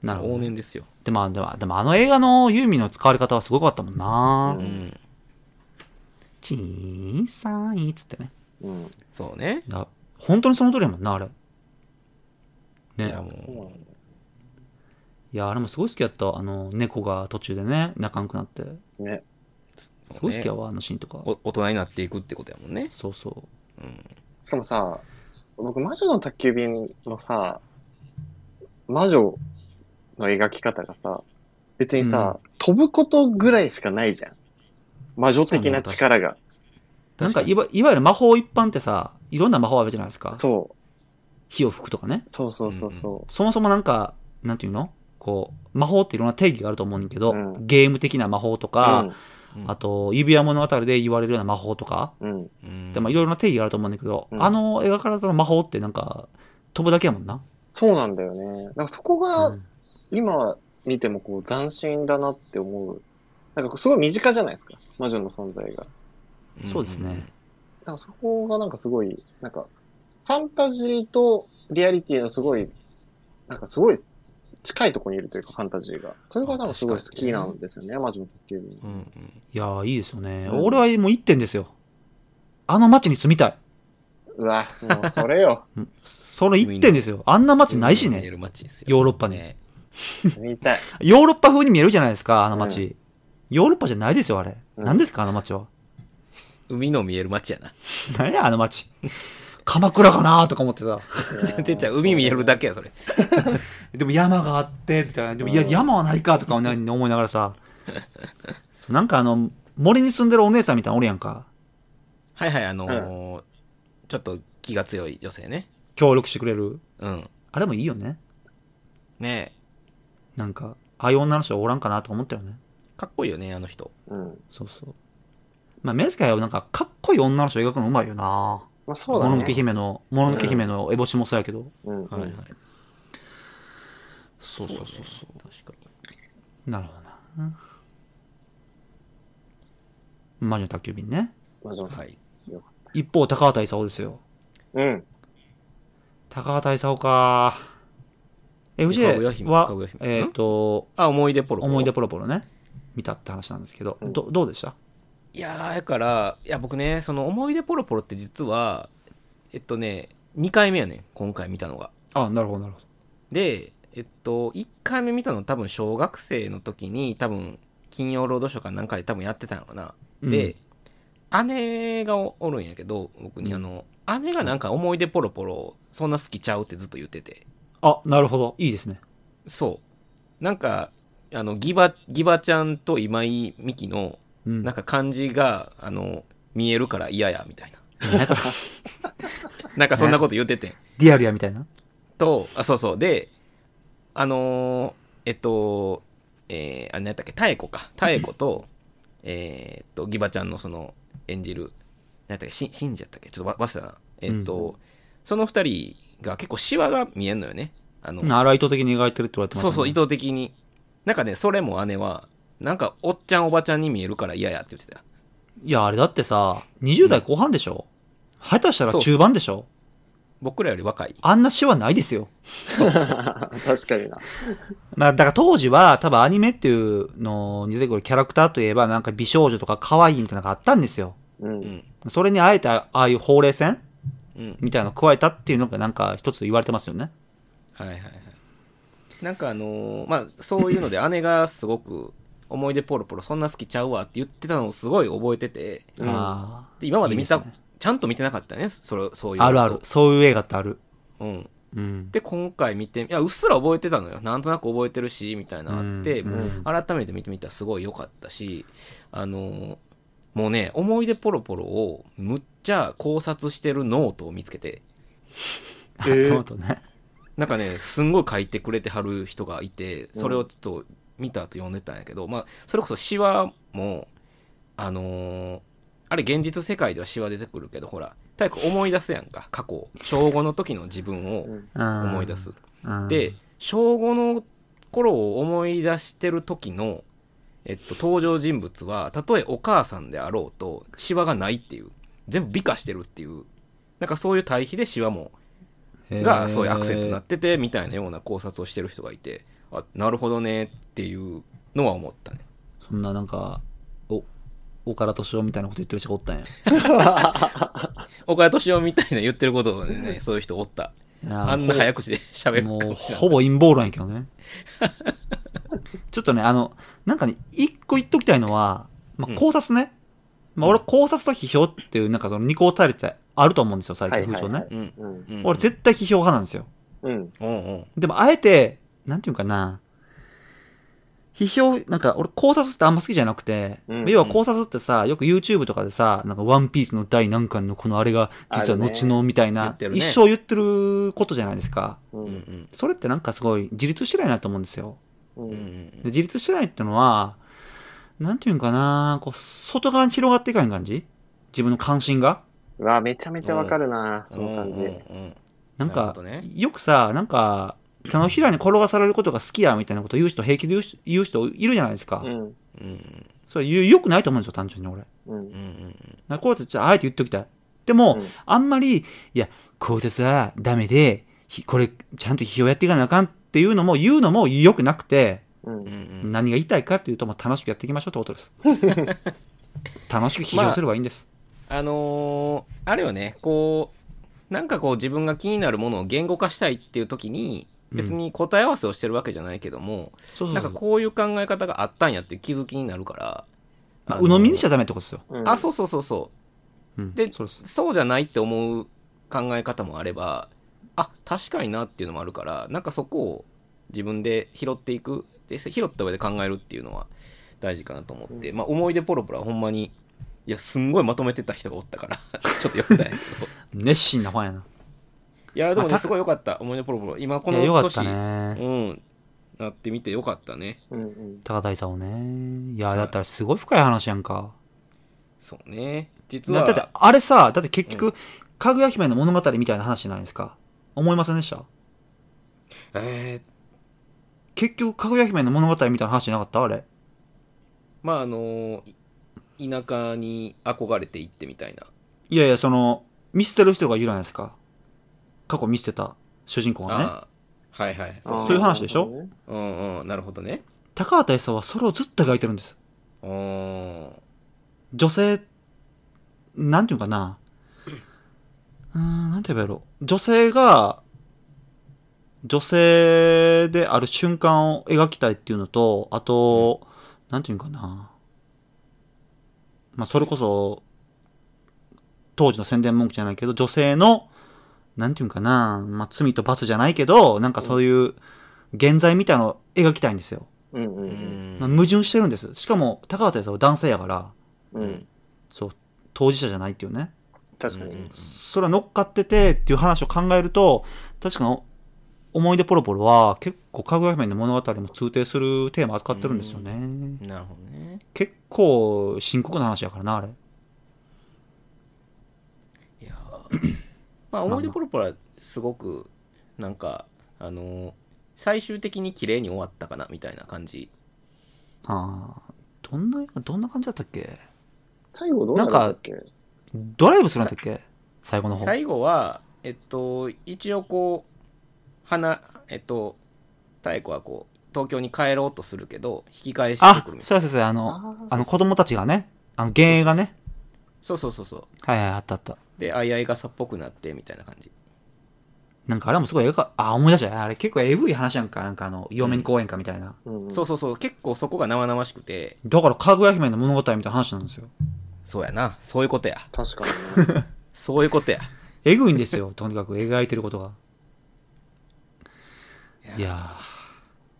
Speaker 2: なるほ
Speaker 3: 往
Speaker 2: ど、ね。
Speaker 3: 年ですよ。
Speaker 2: でも、でも、でもあの映画のユーミンの使われ方はすごかったもんな
Speaker 4: う
Speaker 3: う。ん。
Speaker 2: 小さいっつってね。
Speaker 4: うん。
Speaker 3: そうね。
Speaker 2: いや本当にその通りやもんな、あれ。ね。
Speaker 3: いやも
Speaker 4: そうなんだ。
Speaker 2: いや、あれもすごい好きやった。あの、猫が途中でね、仲良くなって。
Speaker 4: ね。
Speaker 2: すごい好きや
Speaker 3: わ。
Speaker 2: わ、あのシーンとか。
Speaker 3: お大人になっていくってことやもんね。
Speaker 2: そうそう。
Speaker 3: うん。
Speaker 4: しかもさ、僕、魔女の宅急便のさ、魔女の描き方がさ、別にさ、飛ぶことぐらいしかないじゃん。魔女的な力が。
Speaker 2: なんか
Speaker 3: 確かに
Speaker 2: いわ、いわゆる魔法一般ってさ、いろんな魔法あるじゃないですか。
Speaker 4: そう
Speaker 2: 火を吹くとかね。
Speaker 4: そうそうそうそ
Speaker 2: そもそもなんか、なんていうのこう、魔法っていろんな定義があると思うんだけど、
Speaker 4: うん
Speaker 2: ゲーム的な魔法と
Speaker 4: う。
Speaker 2: か、
Speaker 3: うん
Speaker 2: あと、指輪物語で言われるような魔法とか、
Speaker 4: うん。うん。
Speaker 3: うん
Speaker 2: でもいろいろな定義があると思うんだけど、
Speaker 4: うん
Speaker 2: あの描かれた魔法ってなんか、飛ぶだけやもんな。
Speaker 4: そうなんだよね。なんかそこ
Speaker 2: う
Speaker 4: が
Speaker 2: ん
Speaker 4: 今見てもこう斬新だなって思う。なんかこうすごい身近じゃないですか。魔女の存在が。
Speaker 2: そうですね。。
Speaker 4: なんかそこがなんかすごい、なんかファンタジーとリアリティのすごい、なんかすごい近いところにいるというかファンタジーが。それがなんかすごい好きなんですよね。魔女の卓球に
Speaker 3: うん。うん
Speaker 2: いやー、いいですよね。
Speaker 4: うん
Speaker 2: 俺はもう一点ですよ。あの街に住みたい。
Speaker 4: うわ、もうそれ よ。
Speaker 2: うんその一点ですよ。あんな街ないし
Speaker 3: 見え
Speaker 2: ね。
Speaker 3: る街ですよ
Speaker 2: ヨーロッパに。
Speaker 3: ね。
Speaker 4: 見たい。
Speaker 2: ヨーロッパ風に見えるじゃないですか、あの街。ヨーロッパじゃないですよ、あれ。
Speaker 4: うん
Speaker 2: 何ですか、あの街は。
Speaker 3: 海の見える街やな。
Speaker 2: 何や、あの街。鎌倉かなーとか思ってさ。
Speaker 3: て っちゃん海見えるだけや、それ。
Speaker 2: でも山があって、みたいな。でも、いや、
Speaker 4: うん
Speaker 2: 山はないかとか 思いながらさ。そうなんかあの、森に住んでるお姉さんみたいなのおるやんか。
Speaker 3: はいはい、あのー、ちょっと気が強い女性ね。
Speaker 2: 協力してくれる。
Speaker 3: うん。
Speaker 2: あれもいいよね。
Speaker 3: ね
Speaker 2: なんか、ああいう女の人おらんかなと思ったよね。
Speaker 3: かっこいいよね、あの人。
Speaker 4: うん。
Speaker 2: そうそう。まあ、メスカイはなんか、かっこいい女の人描くのうまいよな。
Speaker 4: まあそう
Speaker 2: も
Speaker 4: だね。
Speaker 2: ののけ姫の、もののけ姫の烏帽子もそうやけど。
Speaker 4: うんうん。
Speaker 3: はいはい。
Speaker 2: そうそうそう
Speaker 3: そうね。確かに。
Speaker 2: なるほどな。うん魔女宅急便ね。
Speaker 4: 魔女の
Speaker 3: はい。
Speaker 2: 一方、高畑勲ですよ。
Speaker 4: うん。
Speaker 2: 高畑勲か。え、うち
Speaker 3: かぐや姫
Speaker 2: は
Speaker 3: かぐや、姫
Speaker 2: えっ、と、
Speaker 3: あ、思い出ポロポロ。
Speaker 2: 思い出ポロポロね、見たって話なんですけど、
Speaker 4: うん
Speaker 2: どどうでした
Speaker 3: いやー、だから、いや、僕ね、その思い出ポロポロって実は、えっとね、2回目やねん、今回見たのが。
Speaker 2: あ、なるほど、なるほど。
Speaker 3: で、えっと、1回目見たの多分小学生の時に、多分、金曜ロードショーかなんかで多分やってたのかな。
Speaker 2: うん
Speaker 3: で、姉がおおるんやけど、僕に
Speaker 2: うん
Speaker 3: あの、姉がなんか思い出ポロポロ、そんな好きちゃうってずっと言ってて。
Speaker 2: あ、なるほど。いいですね。
Speaker 3: そう。なんか、あの、ギバ、ギバちゃんと今井美樹の、
Speaker 2: うん。
Speaker 3: なん
Speaker 2: か、
Speaker 3: か漢字が、あの、見えるから嫌や、みたいな。
Speaker 2: それ
Speaker 3: なんかそんなこと言っててん。
Speaker 2: リアルやみたいな。
Speaker 3: と、あ、そうそう。で、あのーえっと、えー、あれ何やったっけ、妙子か。妙子と、えーっと、ギバちゃんのその、演じる、何やったっけ、し信じやったっけ、ちょっとわ忘れたな。えっと、
Speaker 2: う
Speaker 3: その二人が結構シワが見えんのよね。あの、
Speaker 2: アライト的に描いてるって言われてました
Speaker 3: そ
Speaker 2: ね。
Speaker 3: うそう、意図的に。なんかね、それも姉は、なんか、おっちゃん、おばちゃんに見えるから嫌やって言ってた。
Speaker 2: いや、あれだってさ、20代後半でしょ、下手したら中盤でしょ
Speaker 3: 僕らより若い。
Speaker 2: あんなシワないですよ。
Speaker 4: 確かにな。
Speaker 2: まあ、だから当時は、多分アニメっていうのに出てくるキャラクターといえば、なんか美少女とか可愛いみたいなのがあったんですよ。
Speaker 4: う。
Speaker 3: うんん。
Speaker 2: それにあえて、ああいうほうれい線
Speaker 3: うん。
Speaker 2: みたいなの加えたっていうのが、なんか一つ言われてますよね。
Speaker 3: はいはいはい。なんかあのーまあ、そういうので、姉がすごく、思い出ポロポロ、そんな好きちゃうわって言ってたのをすごい覚えてて、
Speaker 4: うん
Speaker 2: あ
Speaker 3: で今まで見た
Speaker 2: いいです
Speaker 3: ちゃんと見てなかったね、それそういう
Speaker 2: あ。
Speaker 3: の
Speaker 2: あるある。。そういう映画ってある。
Speaker 3: うん。
Speaker 2: うん。
Speaker 3: で、今回見て、いや、うっすら覚えてたのよ。なんとなく覚えてるし、みたいなのあって、
Speaker 2: うん
Speaker 3: もう改めて見てみたらすごい良かったし、あのーもうね、思い出ポロポロをむっちゃ考察してるノートを見つけて、
Speaker 2: あ
Speaker 4: え ー
Speaker 2: そうだね。
Speaker 3: なんかね、すんごい書いてくれてはる人がいて、それをちょっと見た後読んでたんやけど、まあ、それこそシワも、あのーあれ現実世界ではシワ出てくるけど、ほら、体育思い出すやんか、過去。小5の時の自分を
Speaker 4: うん
Speaker 2: 思
Speaker 3: 思い出す。。
Speaker 2: うん
Speaker 3: で、小5の頃を思い出してる時の、えっと、登場人物は、たとえお母さんであろうと、シワがないっていう、全部美化してるっていう、なんかそういう対比でシワもがそういうアクセントになっててみたいなような考察をしてる人がいてあなるほどねっていうのは思ったね
Speaker 2: そんななんか、お、岡田敏夫みたいなこと言ってる人がおったん や。
Speaker 3: 岡田敏夫みたいな言ってることをねそういう人おったあんな早口で喋る
Speaker 2: も
Speaker 3: か
Speaker 2: う、
Speaker 3: もしれ
Speaker 2: ほぼ陰謀論やけどね。 ちょっとね、あの、なんかね、一個言っときたいのは、ま
Speaker 3: うん
Speaker 2: あ、考察ね。まあ、俺、考察と批評っていう、なんかその二項対立ってあると思うんですよ、最
Speaker 4: はい
Speaker 2: 近、
Speaker 4: は
Speaker 2: 風
Speaker 4: い
Speaker 2: 潮
Speaker 4: は
Speaker 2: ね
Speaker 4: い。
Speaker 3: ない、うん
Speaker 4: うん。
Speaker 3: うん、
Speaker 2: 俺、絶対批評派なんですよ。
Speaker 4: うん。
Speaker 3: うんうん
Speaker 2: でも、あえて、なんていうかな、批評、なんか、俺、考察ってあんま好きじゃなくて、
Speaker 4: うん
Speaker 2: 要は考察ってさ、よく YouTube とかでさ、なんか、ワンピースの第何巻のこのあれが、実は後のみたい
Speaker 3: 言っ
Speaker 2: な、
Speaker 3: てるね
Speaker 2: 一生言ってることじゃないですか。
Speaker 4: う。
Speaker 3: うんうんん
Speaker 2: それってなんかすごい自立してないなと思うんですよ。
Speaker 4: う
Speaker 3: うんうん
Speaker 4: ん。
Speaker 2: で自立してないってのは、なんていうんかな、こう、外側に広がっていかない感じ自分の関心が。
Speaker 4: うわ、めちゃめちゃわかるな、その感
Speaker 3: うんう
Speaker 4: じ。
Speaker 3: ん
Speaker 2: なん
Speaker 3: なるほ
Speaker 2: か
Speaker 3: ど、ね
Speaker 2: よくさ、なんか、手のひらに転がされることが好きや、みたいなこと言う人、平気で言う人言う人いるじゃないですか。
Speaker 4: うん。
Speaker 3: うん
Speaker 2: それ、よくないと思うんですよ、単純に俺。だか
Speaker 4: う。
Speaker 3: うんうんん
Speaker 2: らこうやって、ちょっとあえて言っておきたい。でも、
Speaker 4: うん
Speaker 2: あんまり、いや、考察はダメで、ひこれ、ちゃんと批評やっていかなあかんっていうのも、言うのも良くなくて、
Speaker 4: うん
Speaker 3: うんう。ん
Speaker 2: 何が言いたいかっていうと、もう楽しくやっていきましょうってことです。楽しく批評すればいいんです。
Speaker 3: あのーあれよねこうなんかこう自分が気になるものを言語化したいっていう時に別に答え合わせをしてるわけじゃないけども、
Speaker 2: そうそう
Speaker 3: なん
Speaker 2: そ
Speaker 3: か
Speaker 2: う。
Speaker 3: こういう考え方があったんやっていう気づきになるから、
Speaker 2: まあ、
Speaker 3: あの
Speaker 2: 鵜呑みにしちゃダメってことですよ。
Speaker 4: うん
Speaker 3: あそうそうそうそ
Speaker 2: うん、
Speaker 3: で
Speaker 2: そうです
Speaker 3: う。そうじゃないって思う考え方もあればあ確かになっていうのもあるからなんかそこを自分で拾っていくで拾った上で考えるっていうのは大事かなと思って、まあ思い出ポロポロはほんまにいやすんごいまとめてた人がおったから ちょっとよくないけど
Speaker 2: 熱心なファンやな。
Speaker 3: いやでも
Speaker 2: あ
Speaker 3: ね
Speaker 2: た
Speaker 3: すごいよかった思い出ポロポロ今こ
Speaker 2: いやよ
Speaker 3: の
Speaker 2: かっ
Speaker 3: 年
Speaker 2: たね。
Speaker 3: うんなってみてよかったね。
Speaker 4: うんうん。
Speaker 2: 高田勲ね。いや、だったらすごい深い話やんか。
Speaker 3: そうね。実
Speaker 2: だ
Speaker 3: は、
Speaker 2: だって、あれさ、だって結局、かぐや姫の物語みたいな話じゃないですか。思いませんでした
Speaker 3: えー
Speaker 2: 結局、かぐや姫の物語みたいな話じゃなかったあれ。
Speaker 3: まああのい田舎に憧れて行ってみたいな。
Speaker 2: いやいや、その、見捨てる人がいるじゃないですか。過去見捨てた主人公がね。
Speaker 3: ああはいはい。
Speaker 2: う
Speaker 3: そ
Speaker 2: そういう話でしょ
Speaker 4: なる
Speaker 3: う。うんうん。なるほどね。
Speaker 2: 高畑勲はそれをずっと描いてるんです。
Speaker 3: うーん。
Speaker 2: 女性、なんていうかな。うーん、なんて言えばいいやろ。女性が、女性である瞬間を描きたいっていうのと、あと、なんていうんかな。まあ、それこそ、当時の宣伝文句じゃないけど、女性の、なんていうんかな。まあ、罪と罰じゃないけど、なんかそういう、現在みたいのを描きたいんですよ。
Speaker 4: ほどねうんう
Speaker 3: うん
Speaker 2: まあ
Speaker 3: ん。
Speaker 2: 矛盾してるんです。しかも、高畑さんは男性やから、
Speaker 4: うん。うん。
Speaker 2: そう、当事者じゃないっていうね。
Speaker 4: 確か
Speaker 3: うんうん
Speaker 4: に。
Speaker 2: それは乗っかっててっていう話を考えると、確かに思い出ポロポロは結構かぐや姫の物語も通底するテーマ扱ってるんですよね。
Speaker 3: なるほどね。
Speaker 2: 結構深刻な話やからな、あれ。
Speaker 3: いや ーまあ思い出ポロポロはすごくなんかあのー最終的に綺麗に終わったかなみたいな感じ。
Speaker 2: ああ、どんな、どんな感じだったっけ
Speaker 4: 最後どうなるんだっけ
Speaker 2: ドライブするんだったっけ最後の方。
Speaker 3: 最後はえっと一応こう花えっと妙子はこう東京に帰ろうとするけど引き返して
Speaker 2: あ
Speaker 3: くる、みたいな
Speaker 2: そうやそうや、あの、
Speaker 4: あー
Speaker 2: あの子供たちがね、あの幻影がね、
Speaker 3: そうそうそうそう
Speaker 2: はいはい、あったあった。
Speaker 3: であいあい傘っぽくなってみたいな感じ
Speaker 2: なんかあれもすごいええか、あ、思い出した。あれ結構えぐい話やんか、なんかあの、嫁に公演かみたいな。
Speaker 4: うんうん
Speaker 3: そうそうそう結構そこが生々しくて
Speaker 2: だから、かぐや姫の物語みたいな話なんですよ。
Speaker 3: そうやなそういうことや
Speaker 4: 確かにね。
Speaker 3: そういうことや
Speaker 2: えぐいんですよ、 とにかく描いてることが。
Speaker 3: い
Speaker 2: いや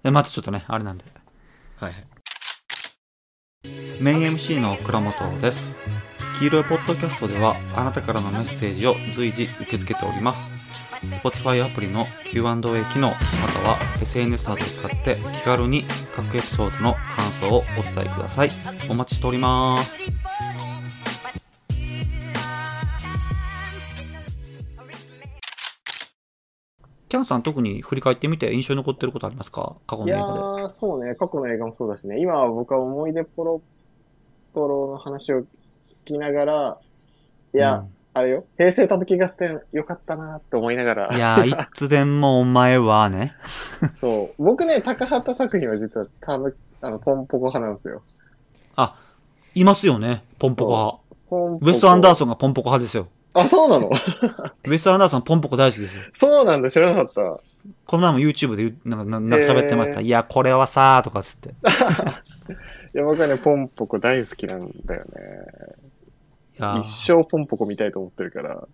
Speaker 2: ー。でまたちょっとね、あれなんで。
Speaker 3: はいはい
Speaker 2: メイン MC の倉本です。黄色いポッドキャストでは、あなたからのメッセージを随時受け付けております。Spotify アプリの Q&A 機能、または SNS などを使って気軽に各エピソードの感想をお伝えください。お待ちしております。キャンさん特に振り返ってみて印象に残ってることありますか過去
Speaker 4: い
Speaker 2: の映
Speaker 4: や
Speaker 2: 画
Speaker 4: ー、そうね。過去の映画もそうだしね。今は僕は思い出ポロポロの話を聞きながら、い
Speaker 2: で。
Speaker 4: や、
Speaker 2: うん
Speaker 4: あれよ。平成叩き合戦よかったなって思いなが
Speaker 2: い
Speaker 4: ら。
Speaker 2: やー、いつでもお前はね。
Speaker 4: そう。僕ね、高畑作品は実はたぬ、あの、ポンポコ派なんですよ。
Speaker 2: いますよね、ポンポコ派。
Speaker 4: ポンポコ
Speaker 2: ウェスト・アンダーソンがポンポコ派ですよ。
Speaker 4: あ、そうなの
Speaker 2: ウェスト・アンダーソンポンポコ大好きですよ。そうなんだ、知らなかった。この前も YouTube で言うなんかななんか喋ってました。
Speaker 4: へ
Speaker 2: いや、これはさーとかっつって。い
Speaker 4: いや、僕はね、ポンポコ大好きなんだよね。
Speaker 2: やー
Speaker 4: 一生ポンポコ見たいと思ってるから。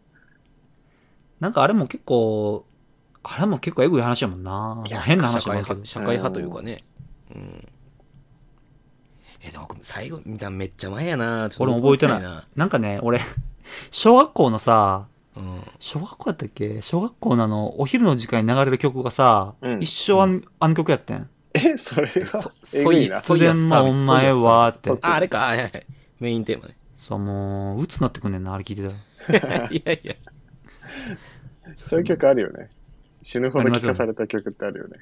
Speaker 2: なんかあれも結構、あれも結構エグい話やもんな。
Speaker 4: いや
Speaker 2: 変な話
Speaker 3: 社
Speaker 2: もあ
Speaker 3: 会
Speaker 2: るけど
Speaker 3: 派。社会派というかねうんえでも最後見ためっちゃ前やなちょっ
Speaker 2: 俺
Speaker 3: と
Speaker 2: も覚えてない
Speaker 3: な
Speaker 2: なんかね、俺、小学校のさ、
Speaker 3: うん
Speaker 2: 小学校やったっけ小学校のあの、お昼の時間に流れる曲がさ、
Speaker 4: うん
Speaker 2: 一生あんあの曲やってん。
Speaker 4: え、それは
Speaker 3: そ、
Speaker 4: え
Speaker 3: そ
Speaker 4: ぐ
Speaker 3: い
Speaker 4: いな。
Speaker 2: いつでもお前はーって
Speaker 4: そう。
Speaker 3: ああれかはいはいはいメインテ ーマね
Speaker 2: そう、もう、鬱なってくんねんな、あれ聞いてたら。
Speaker 3: いやいや
Speaker 4: そういう曲あるよね。死ぬほど聞かされた曲ってあるよね。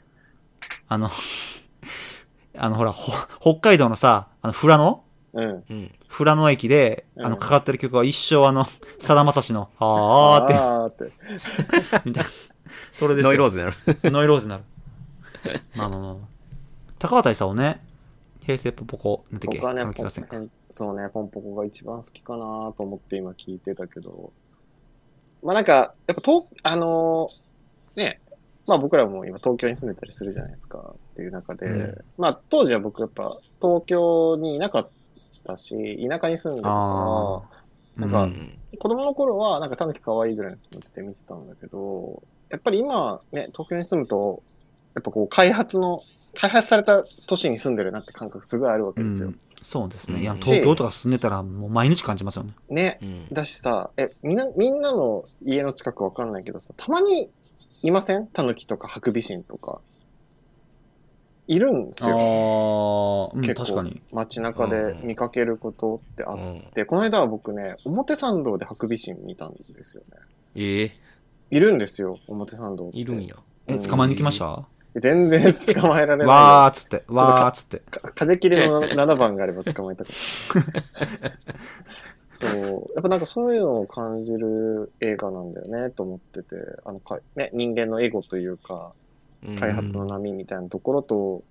Speaker 2: あの、 あの、ほら、ほ北海道のさ、あの、富良野
Speaker 4: うん。
Speaker 3: うん
Speaker 2: 富良野駅で、あの、
Speaker 4: うん
Speaker 2: かかってる曲は一生あの、さだまさしの、あーっ
Speaker 4: あーって。
Speaker 2: て、みたいな。それですよ
Speaker 3: ノイローズなの
Speaker 2: ノイローズになる。まあまあまあまあ。高畑勲ね、平成ポポコ、なんてっけ、
Speaker 4: 僕はね、
Speaker 2: 狸
Speaker 4: ポ
Speaker 2: 合
Speaker 4: ン
Speaker 2: 戦か
Speaker 4: そうね、ポンポコが一番好きかなと思って今聞いてたけど。まあなんか、やっぱ東、あのーね、まあ僕らも今東京に住んでたりするじゃないですかっていう中で、
Speaker 2: うん
Speaker 4: まあ当時は僕やっぱ東京にいなかったし、田舎に住んでた
Speaker 2: あ
Speaker 4: か
Speaker 2: ー。
Speaker 4: なん
Speaker 3: う
Speaker 4: か
Speaker 3: ん
Speaker 4: ら、子供の頃はなんかタヌキ可愛いぐらいの気持ちで見てたんだけど、やっぱり今ね、東京に住むと、やっぱこう開発の、開発された都市に住んでるなって感覚すごいあるわ
Speaker 2: う
Speaker 4: けですよ。
Speaker 2: ん、そうですね。いや、
Speaker 3: うん
Speaker 2: 東京とか住んでたら、もう毎日感じますよね。
Speaker 4: ね、
Speaker 3: うん
Speaker 4: だしさ、え、みんな、みんなの家の近くわかんないけどさ、たまにいませんタヌキとかハクビシンとか。いるんです
Speaker 2: あ
Speaker 4: よ。
Speaker 2: あ、うん、
Speaker 4: 結構
Speaker 2: 確かに。
Speaker 4: 街中で見かけることってあ
Speaker 3: う
Speaker 4: っ
Speaker 3: ん、
Speaker 4: て、この間は僕ね、表参道でハクビシン見たんですよね。
Speaker 3: ええ
Speaker 4: いるんですよ、表参道って。
Speaker 3: いるんや。
Speaker 2: え、
Speaker 4: うん
Speaker 2: 捕まえに来ました
Speaker 4: 全然 捕まえられない。
Speaker 2: わーっつって、わーっつって。
Speaker 4: か風切りの7番があれば捕まえたか った。そう。やっぱなんかそういうのを感じる映画なんだよね、と思ってて。あのか、ね、人間のエゴというか、
Speaker 3: うん
Speaker 4: 開発の波みたいなところと、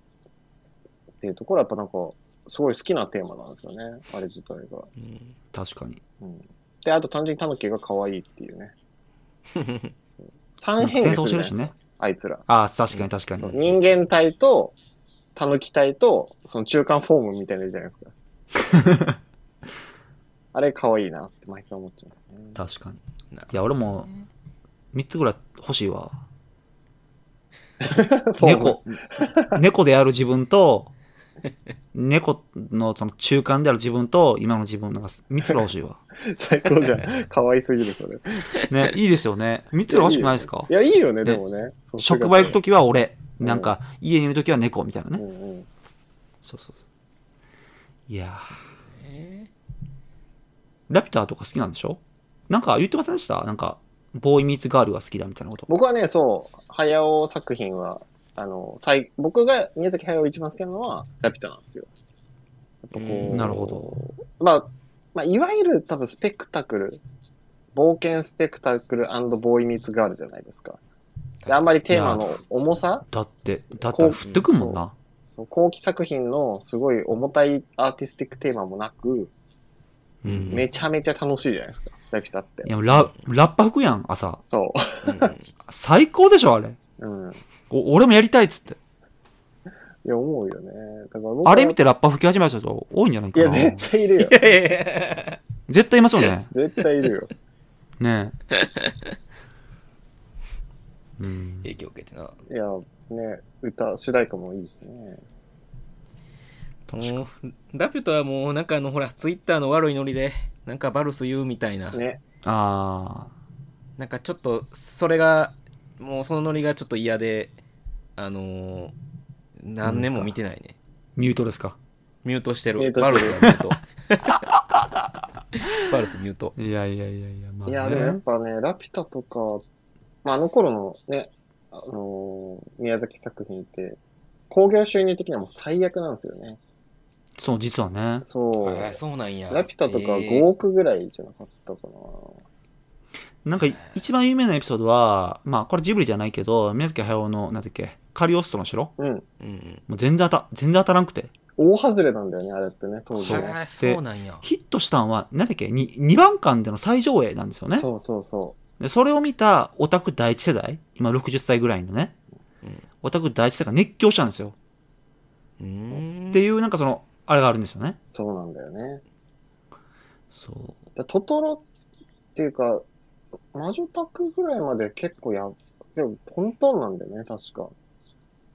Speaker 4: っていうところはやっぱなんか、すごい好きなテーマなんですよね、あれ自体が。
Speaker 3: うん
Speaker 2: 確かに。
Speaker 4: うん。で、あと単純にタヌキが可愛いっていうね。
Speaker 2: う
Speaker 4: 三
Speaker 2: ん
Speaker 4: 変
Speaker 2: 戦
Speaker 4: 化
Speaker 2: 争
Speaker 4: す
Speaker 2: して
Speaker 4: る
Speaker 2: る
Speaker 4: じ
Speaker 2: し
Speaker 4: ゃないで
Speaker 2: ね。
Speaker 4: すかあいつら。
Speaker 2: ああ、確かに確かに
Speaker 4: そう。人間体と、タヌキ体と、その中間フォームみたいなのいるじゃないですか。 あれ可愛いなって毎回思っちゃう、ね。
Speaker 2: 確かに。
Speaker 3: なるほ
Speaker 2: いや、俺も、3つぐらい欲しいわ。
Speaker 4: フォーム
Speaker 2: 猫。 猫である自分と、猫のその中間である自分と、今の自分、なんか3つぐらい欲しい わ。
Speaker 4: 最高じゃん。可愛すぎる、それ。い
Speaker 2: ね、いいですよね。3つぐらい欲しくないですか
Speaker 4: や、いいよね、
Speaker 2: ね
Speaker 4: でもね。そう
Speaker 2: 職場行くときは俺。
Speaker 4: うん
Speaker 2: なんか、家にいるときは猫みたいな
Speaker 4: う
Speaker 2: ね。
Speaker 4: んうん。
Speaker 2: そうそうそう。いや
Speaker 3: どね
Speaker 2: ー、ラピュタとか好きなんでしょなんか言ってませんでしたなんか、ボーイミーツガールが好きだみたいなこと。
Speaker 4: 僕はね、そう、早尾作品は、あの、最、僕が宮崎駿を一番好きなのは、ラピュタなんですよ。やっぱこ
Speaker 3: う
Speaker 4: う。
Speaker 3: ん
Speaker 2: なるほど。
Speaker 4: まあ、まあ、いわゆる多分スペクタクル、冒険スペクタクルボーイミーツガールじゃないですか。であんまりテーマの重さ、
Speaker 2: だって、だったら振ってくもんな。
Speaker 4: その後期作品のすごい重たいアーティスティックテーマもなく、
Speaker 2: うん
Speaker 3: うん
Speaker 4: めちゃめちゃ楽しいじゃないですか、ラピュタって
Speaker 2: い。やララッパ吹くやん、朝。
Speaker 4: そ
Speaker 2: 最高でしょ、あれ。
Speaker 4: う。うん。い
Speaker 2: お俺もやりたいっつって。
Speaker 4: や、思うよね。だから僕は
Speaker 2: あれ見てラッパ吹き始めた人多いんじゃない
Speaker 4: い
Speaker 2: か
Speaker 4: や、
Speaker 2: な。
Speaker 4: 絶対いるよ。
Speaker 2: 絶対いますよ ね。
Speaker 4: 絶対いるよ。
Speaker 2: ねえ。 うん。
Speaker 3: 影響受けてな。
Speaker 4: いや、ね、歌、主題歌もいいですね。
Speaker 3: もうラピュタはもうなんかあのほらツイッターの悪いノリでなんかバルス言うみたいな、
Speaker 4: ね。
Speaker 2: あ
Speaker 3: なんかちょっとそれがもうそのノリがちょっと嫌であのー何年も見てないね
Speaker 2: ー、ミュートですか。
Speaker 3: ミュートしてる
Speaker 4: ミュート
Speaker 3: バ
Speaker 4: し
Speaker 3: ル
Speaker 4: て
Speaker 3: ス
Speaker 4: る
Speaker 3: はミュートバルスミュート
Speaker 2: いやいやいやいや、ま
Speaker 4: いや、でもやっぱね、ラピュタとか、まあ、あの頃のね、あのー宮崎作品って、興行収入的にはもう最悪なんですよね。
Speaker 2: そう、実はね。
Speaker 4: そう。
Speaker 3: ああそうなんや
Speaker 4: ラピュタとか
Speaker 3: ええ
Speaker 4: 5億ぐらいじゃなかったかな。
Speaker 2: なんか、一番有名なエピソードは、まあ、これジブリじゃないけど、宮崎駿の、なんだっけ、カリオストの城
Speaker 4: うん。
Speaker 3: うん
Speaker 2: もう全然当た、全然当たらんくて。
Speaker 4: 大外れなんだよね、あれってね、当
Speaker 3: うん
Speaker 4: 時ね。
Speaker 3: ああそうなんや
Speaker 2: ヒットしたんは、なんだっけ、に2番館での最上映なんですよね。
Speaker 4: そうそうそ
Speaker 2: でそれを見たオタク第一世代、今60歳ぐらいのね、
Speaker 3: うん
Speaker 2: オタク第一世代が熱狂したんですよ。
Speaker 3: うーん
Speaker 2: っていう、なんかその、あれがあるんですよね
Speaker 4: う。。そうなんだよね。
Speaker 2: そ
Speaker 4: だトトロっていうか、魔女宅ぐらいまで結構や、でもトントンなんだよね、確か。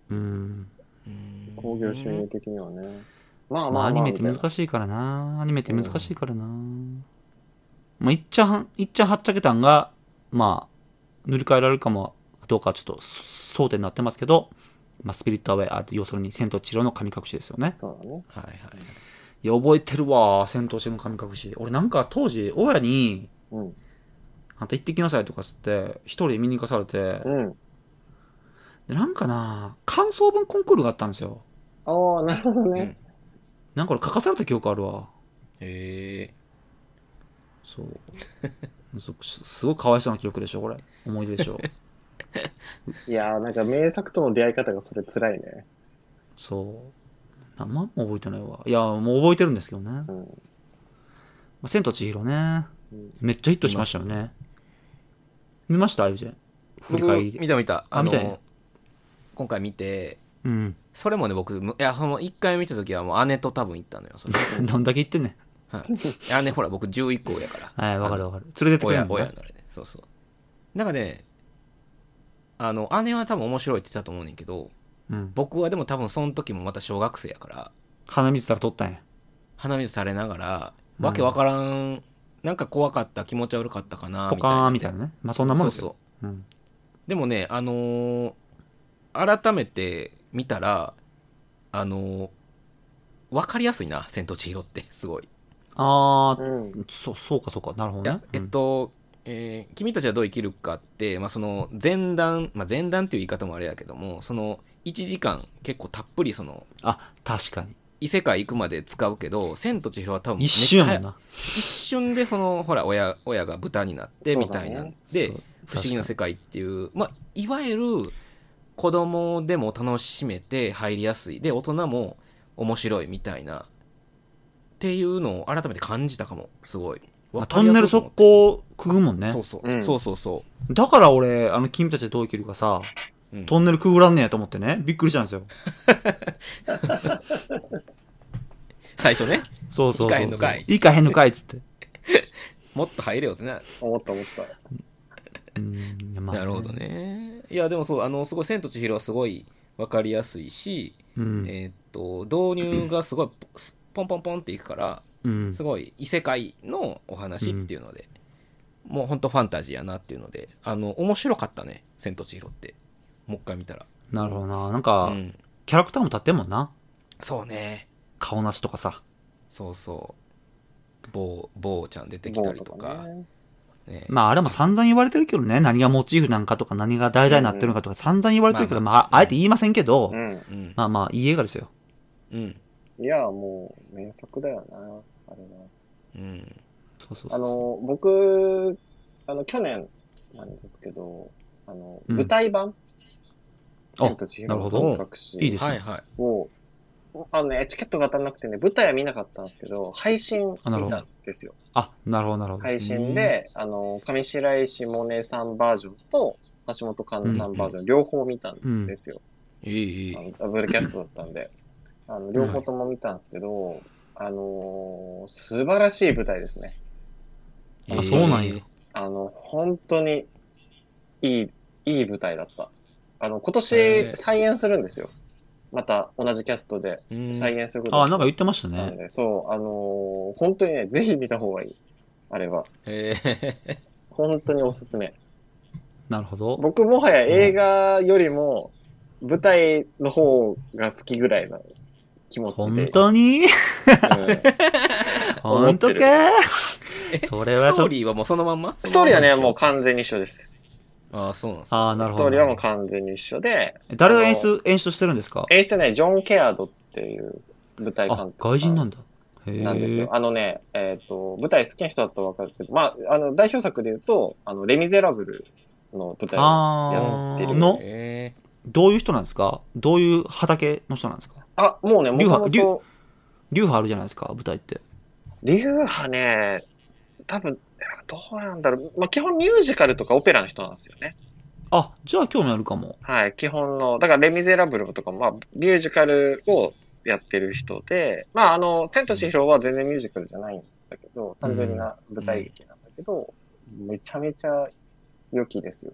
Speaker 2: う。うん。
Speaker 3: うん
Speaker 4: 興行収入的にはね。まあ
Speaker 2: ま
Speaker 4: ま
Speaker 2: あ、
Speaker 4: あ
Speaker 2: ア
Speaker 4: ま
Speaker 2: ニ
Speaker 4: あ
Speaker 2: メっ
Speaker 4: み
Speaker 2: て
Speaker 4: たいな。
Speaker 2: 難しいからな。アニメって難しいからな。まあ、いっちゃん、いっちゃんはっちゃけたんが、まあ、塗り替えられるかも、どうかちょっと争点になってますけど、まあ、スピリットアウェイ、あ要するに、千と千尋の神隠しですよね。
Speaker 4: そうだね。
Speaker 3: はいはい
Speaker 2: いや、覚えてるわ、千と千尋の神隠し。俺なんか当時、親に、
Speaker 4: うん。
Speaker 2: あんた行ってきなさいとかっつって、一人で見に行かされて、
Speaker 4: うん。
Speaker 2: で、なんかな、感想文コンクールがあったんですよ。
Speaker 4: ああ、なるほどね。
Speaker 2: なんか俺書かされた記憶あるわ。
Speaker 3: へえ
Speaker 2: そう。 そすすごくかわいそうな記憶でしょ、これ。思い出でしょ。
Speaker 4: いやー、なんか名作との出会い方がそれ辛いね。
Speaker 2: そう。何も覚えてないわ。いや、もう覚えてるんですけどね。ま
Speaker 4: うん。
Speaker 2: あ、千と千尋ね。
Speaker 4: うん
Speaker 2: めっちゃヒットしましたよね。見ました、アイジェン。振り
Speaker 3: 僕
Speaker 2: 返りで。
Speaker 3: 見た見た
Speaker 2: あ
Speaker 3: あの
Speaker 2: 見たんや
Speaker 3: 今回見て
Speaker 2: うん。
Speaker 3: それもね僕むいやその1回見た時はもう姉と多分行ったのよそれ
Speaker 2: どんだけ言ってんねん。
Speaker 3: はい姉ほら僕11個やから
Speaker 2: はい、わかるわかる。連れてってくれ
Speaker 3: 親
Speaker 2: んの
Speaker 3: 親
Speaker 2: ね
Speaker 3: のあれでそうそうなんかねあの姉は多分面白いって言ってたと思うねんけど
Speaker 2: うん。
Speaker 3: 僕はでも多分その時もまた小学生やから
Speaker 2: 鼻水たら取ったんや。
Speaker 3: 鼻水されながら
Speaker 2: うん
Speaker 3: わけわからん、なんか怖かった気持ち悪かったかな
Speaker 2: ポ
Speaker 3: みた
Speaker 2: カ
Speaker 3: いな
Speaker 2: ーンみたいなね。まあ、そんなもん
Speaker 3: そう
Speaker 2: です
Speaker 3: そう
Speaker 2: よ。うん。
Speaker 3: でもね、あのー改めて見たら、あの分かりやすいな「千と千尋」ってすごい。
Speaker 2: あ
Speaker 4: う
Speaker 2: ー、
Speaker 4: ん。
Speaker 2: そ、そうかそうか。なるほ
Speaker 3: い
Speaker 2: ど
Speaker 3: や
Speaker 2: ね。
Speaker 3: えっと、えー君たちはどう生きるかって、まあ、その前段、まあ、前段っていう言い方もあれやけどもその1時間結構たっぷりその
Speaker 2: うん。あ、確かに。
Speaker 3: 異世界行くまで使うけど「千と千尋」は多分めっ
Speaker 2: 一
Speaker 3: ち
Speaker 2: 瞬や
Speaker 3: ゃ
Speaker 2: もんな。
Speaker 3: 一瞬でこのほら親親が豚になってみたいなんで、
Speaker 2: そう
Speaker 3: 不思議の
Speaker 2: 確
Speaker 3: 世界っていう、まあ、いわゆる子供でも楽しめて入りやすいで大人も面白いみたいなっていうのを改めて感じたかもすごい、
Speaker 2: まあトンネル
Speaker 3: そ
Speaker 2: 速攻くぐもんね。
Speaker 3: そうそう、
Speaker 4: うん
Speaker 3: そうそうそ
Speaker 2: だから俺、あの、君たちでどう生きるかさ、
Speaker 3: う、うん
Speaker 2: トンネルくぐらんねやと思ってね、びっくりしたんですよ。
Speaker 3: 最初ね
Speaker 2: そうそうそうそう。
Speaker 3: いかへんのかい
Speaker 2: いかへんのかいっつって。
Speaker 3: もっと入れよってな、
Speaker 4: 思った思った。
Speaker 2: うん、いやまあ
Speaker 3: なるほど。ねいやでもそうあのすごい「千と千尋」はすごい分かりやすいし、
Speaker 2: うん。
Speaker 3: えーっと導入がすごい ポポンポンポンっていくから
Speaker 2: うん
Speaker 3: す。ごい異世界のお話っていうので、もうほんとファンタジーやなっていうのであの面白かったね「千と千尋」ってもう一回見たら
Speaker 2: なるほどな。なんか、
Speaker 3: うん、
Speaker 2: キャラクターも立ってんもんな。
Speaker 3: そうね
Speaker 2: 顔なしとかさ。
Speaker 3: そうそうぼうぼうちゃん出てきたりとか
Speaker 4: ね
Speaker 3: ね
Speaker 2: まあ、あれも散々言われてるけどね、何がモチーフなんかとか、何が題材になってるのかとか、散々言われてるけど、
Speaker 3: ま
Speaker 2: ま
Speaker 3: あまあ
Speaker 2: あ、あえて言いませんけど
Speaker 4: う、ん。
Speaker 3: うん
Speaker 2: まあまあ、いい映画ですよ。
Speaker 3: うん
Speaker 4: いや、もう、名作だよな。あれは。
Speaker 3: うん
Speaker 2: そうそうそう。
Speaker 4: あの、僕、あの、去年なんですけど、あの、
Speaker 2: うん
Speaker 4: 舞台版、
Speaker 2: あ
Speaker 4: 千と千尋の神隠し
Speaker 2: いいです
Speaker 3: はい
Speaker 2: よ。
Speaker 3: はい
Speaker 4: を、あのね、チケットが当たらなくてね、舞台は見なかったんですけど、配信見
Speaker 2: あなるほど
Speaker 4: たんですよ。
Speaker 2: あ、なるほど、なるほど。
Speaker 4: 配信で、あの、上白石萌音さんバージョンと、橋本環奈さんバージョン、両方見たんですよ。
Speaker 3: いいいい
Speaker 4: あのダブルキャストだったんで。あの、両方とも見たんですけど、あのー素晴らしい舞台ですね。
Speaker 2: あそうなんや
Speaker 3: えー
Speaker 4: あの、本当に、いい、いい舞台だった。あの、今
Speaker 3: へ
Speaker 4: 年
Speaker 3: ー
Speaker 4: 再演するんですよ。また同じキャストで
Speaker 3: うん
Speaker 4: 再演すること
Speaker 2: あ、なんか
Speaker 4: い
Speaker 2: 言ってました
Speaker 4: なの
Speaker 2: ね。
Speaker 4: で、そう、あのー本当にね、ぜひ見た方がいい。あれは。
Speaker 3: えー
Speaker 4: 本当におすすめ。
Speaker 2: なるほど。
Speaker 4: 僕もはや映画よりも、舞台の方が好きぐらいな気持ちで
Speaker 2: 本。当 に
Speaker 4: うん思っ
Speaker 2: 本
Speaker 4: て
Speaker 2: 当
Speaker 4: る
Speaker 2: かそれはちょっ
Speaker 3: ストー
Speaker 2: と。
Speaker 3: リーはもうそのまんま
Speaker 4: ストーリーはね、
Speaker 3: そのま
Speaker 4: も
Speaker 3: ん
Speaker 4: う完全に一緒です。
Speaker 3: まああそうなんですか
Speaker 2: ああ、なる
Speaker 4: ス
Speaker 2: ほ
Speaker 4: ト
Speaker 2: ど
Speaker 4: ーリーはもう。完全に一緒で、
Speaker 2: 誰が演出、演出してるんですか
Speaker 4: 演出ね、ジョン・ケアードっていう舞台監
Speaker 2: あ
Speaker 4: 督、
Speaker 2: 外人なんだ。へ
Speaker 4: なんです
Speaker 2: え
Speaker 4: よ。。あのね、えっ、と、舞台好きな人だとわかるけど、まあ、あの、代表作で言うと、あの、レ・ミゼラブルの舞台あ
Speaker 2: あ
Speaker 4: やって
Speaker 2: ー、
Speaker 4: る
Speaker 2: の、
Speaker 3: え
Speaker 2: どういう人なんですかどういう畑の人なんですか
Speaker 4: もうね、も
Speaker 2: 流
Speaker 4: と
Speaker 2: 派
Speaker 4: もと、
Speaker 2: 流派あるじゃないですか、舞台って。
Speaker 4: 流派ね、多分、どうなんだろう。まあ、基本ミュージカルとかオペラの人なんですよね。
Speaker 2: あ、じゃあ興味あるかも。
Speaker 4: はい、基本の、だからレ・ミゼラブルとかも、まあ、ミュージカルをやってる人で、まあ、あの、千と千尋は全然ミュージカルじゃないんだけど、単純な舞台劇なんだけど、めちゃめちゃ良きですよ。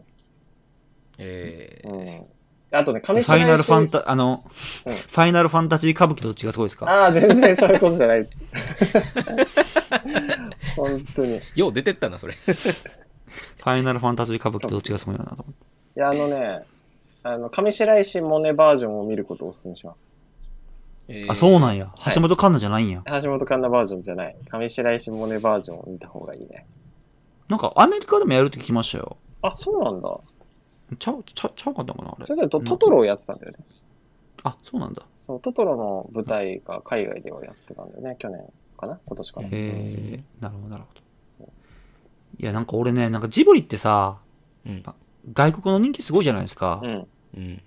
Speaker 3: ーえー
Speaker 4: うん。あとね、
Speaker 2: フ
Speaker 4: 上
Speaker 2: ァイナ
Speaker 4: 白
Speaker 2: ル
Speaker 4: 石
Speaker 2: ファンタ、あの、
Speaker 4: うん
Speaker 2: ファイナルファンタジー歌舞伎とどっちがすごいですか
Speaker 4: ああ、全然そういうことじゃない。本当に。い
Speaker 3: よう出てったなそれ
Speaker 2: ファイナルファンタジー歌舞伎とどっちがすごいのかなと思って。
Speaker 4: や、あのね、あの、上白石萌音バージョンを見ることをお勧めします。
Speaker 2: あ、そう
Speaker 3: な
Speaker 2: なんや。橋本環奈じゃないんや。
Speaker 4: 橋本環奈バージョンじゃない。上白石萌音バージョンを見た方がいいね。
Speaker 2: なんかアメリカでもやるって聞きましたよ。
Speaker 4: あ、そうなんだ。
Speaker 2: ちゃう、ちゃうちゃうかったかなあ
Speaker 4: そ
Speaker 2: れ。
Speaker 4: れでトトトロをやってたんだよね。
Speaker 2: あ、そうなんだ。
Speaker 4: そうトトロの舞台が海外ではやってたんだよね。去年かな今年かな。
Speaker 2: へえ、なるほど、なるほど。いや、なんか俺ね、なんかジブリってさ、
Speaker 3: うん
Speaker 2: 外国の人気すごいじゃないですか。
Speaker 4: うん。
Speaker 3: うん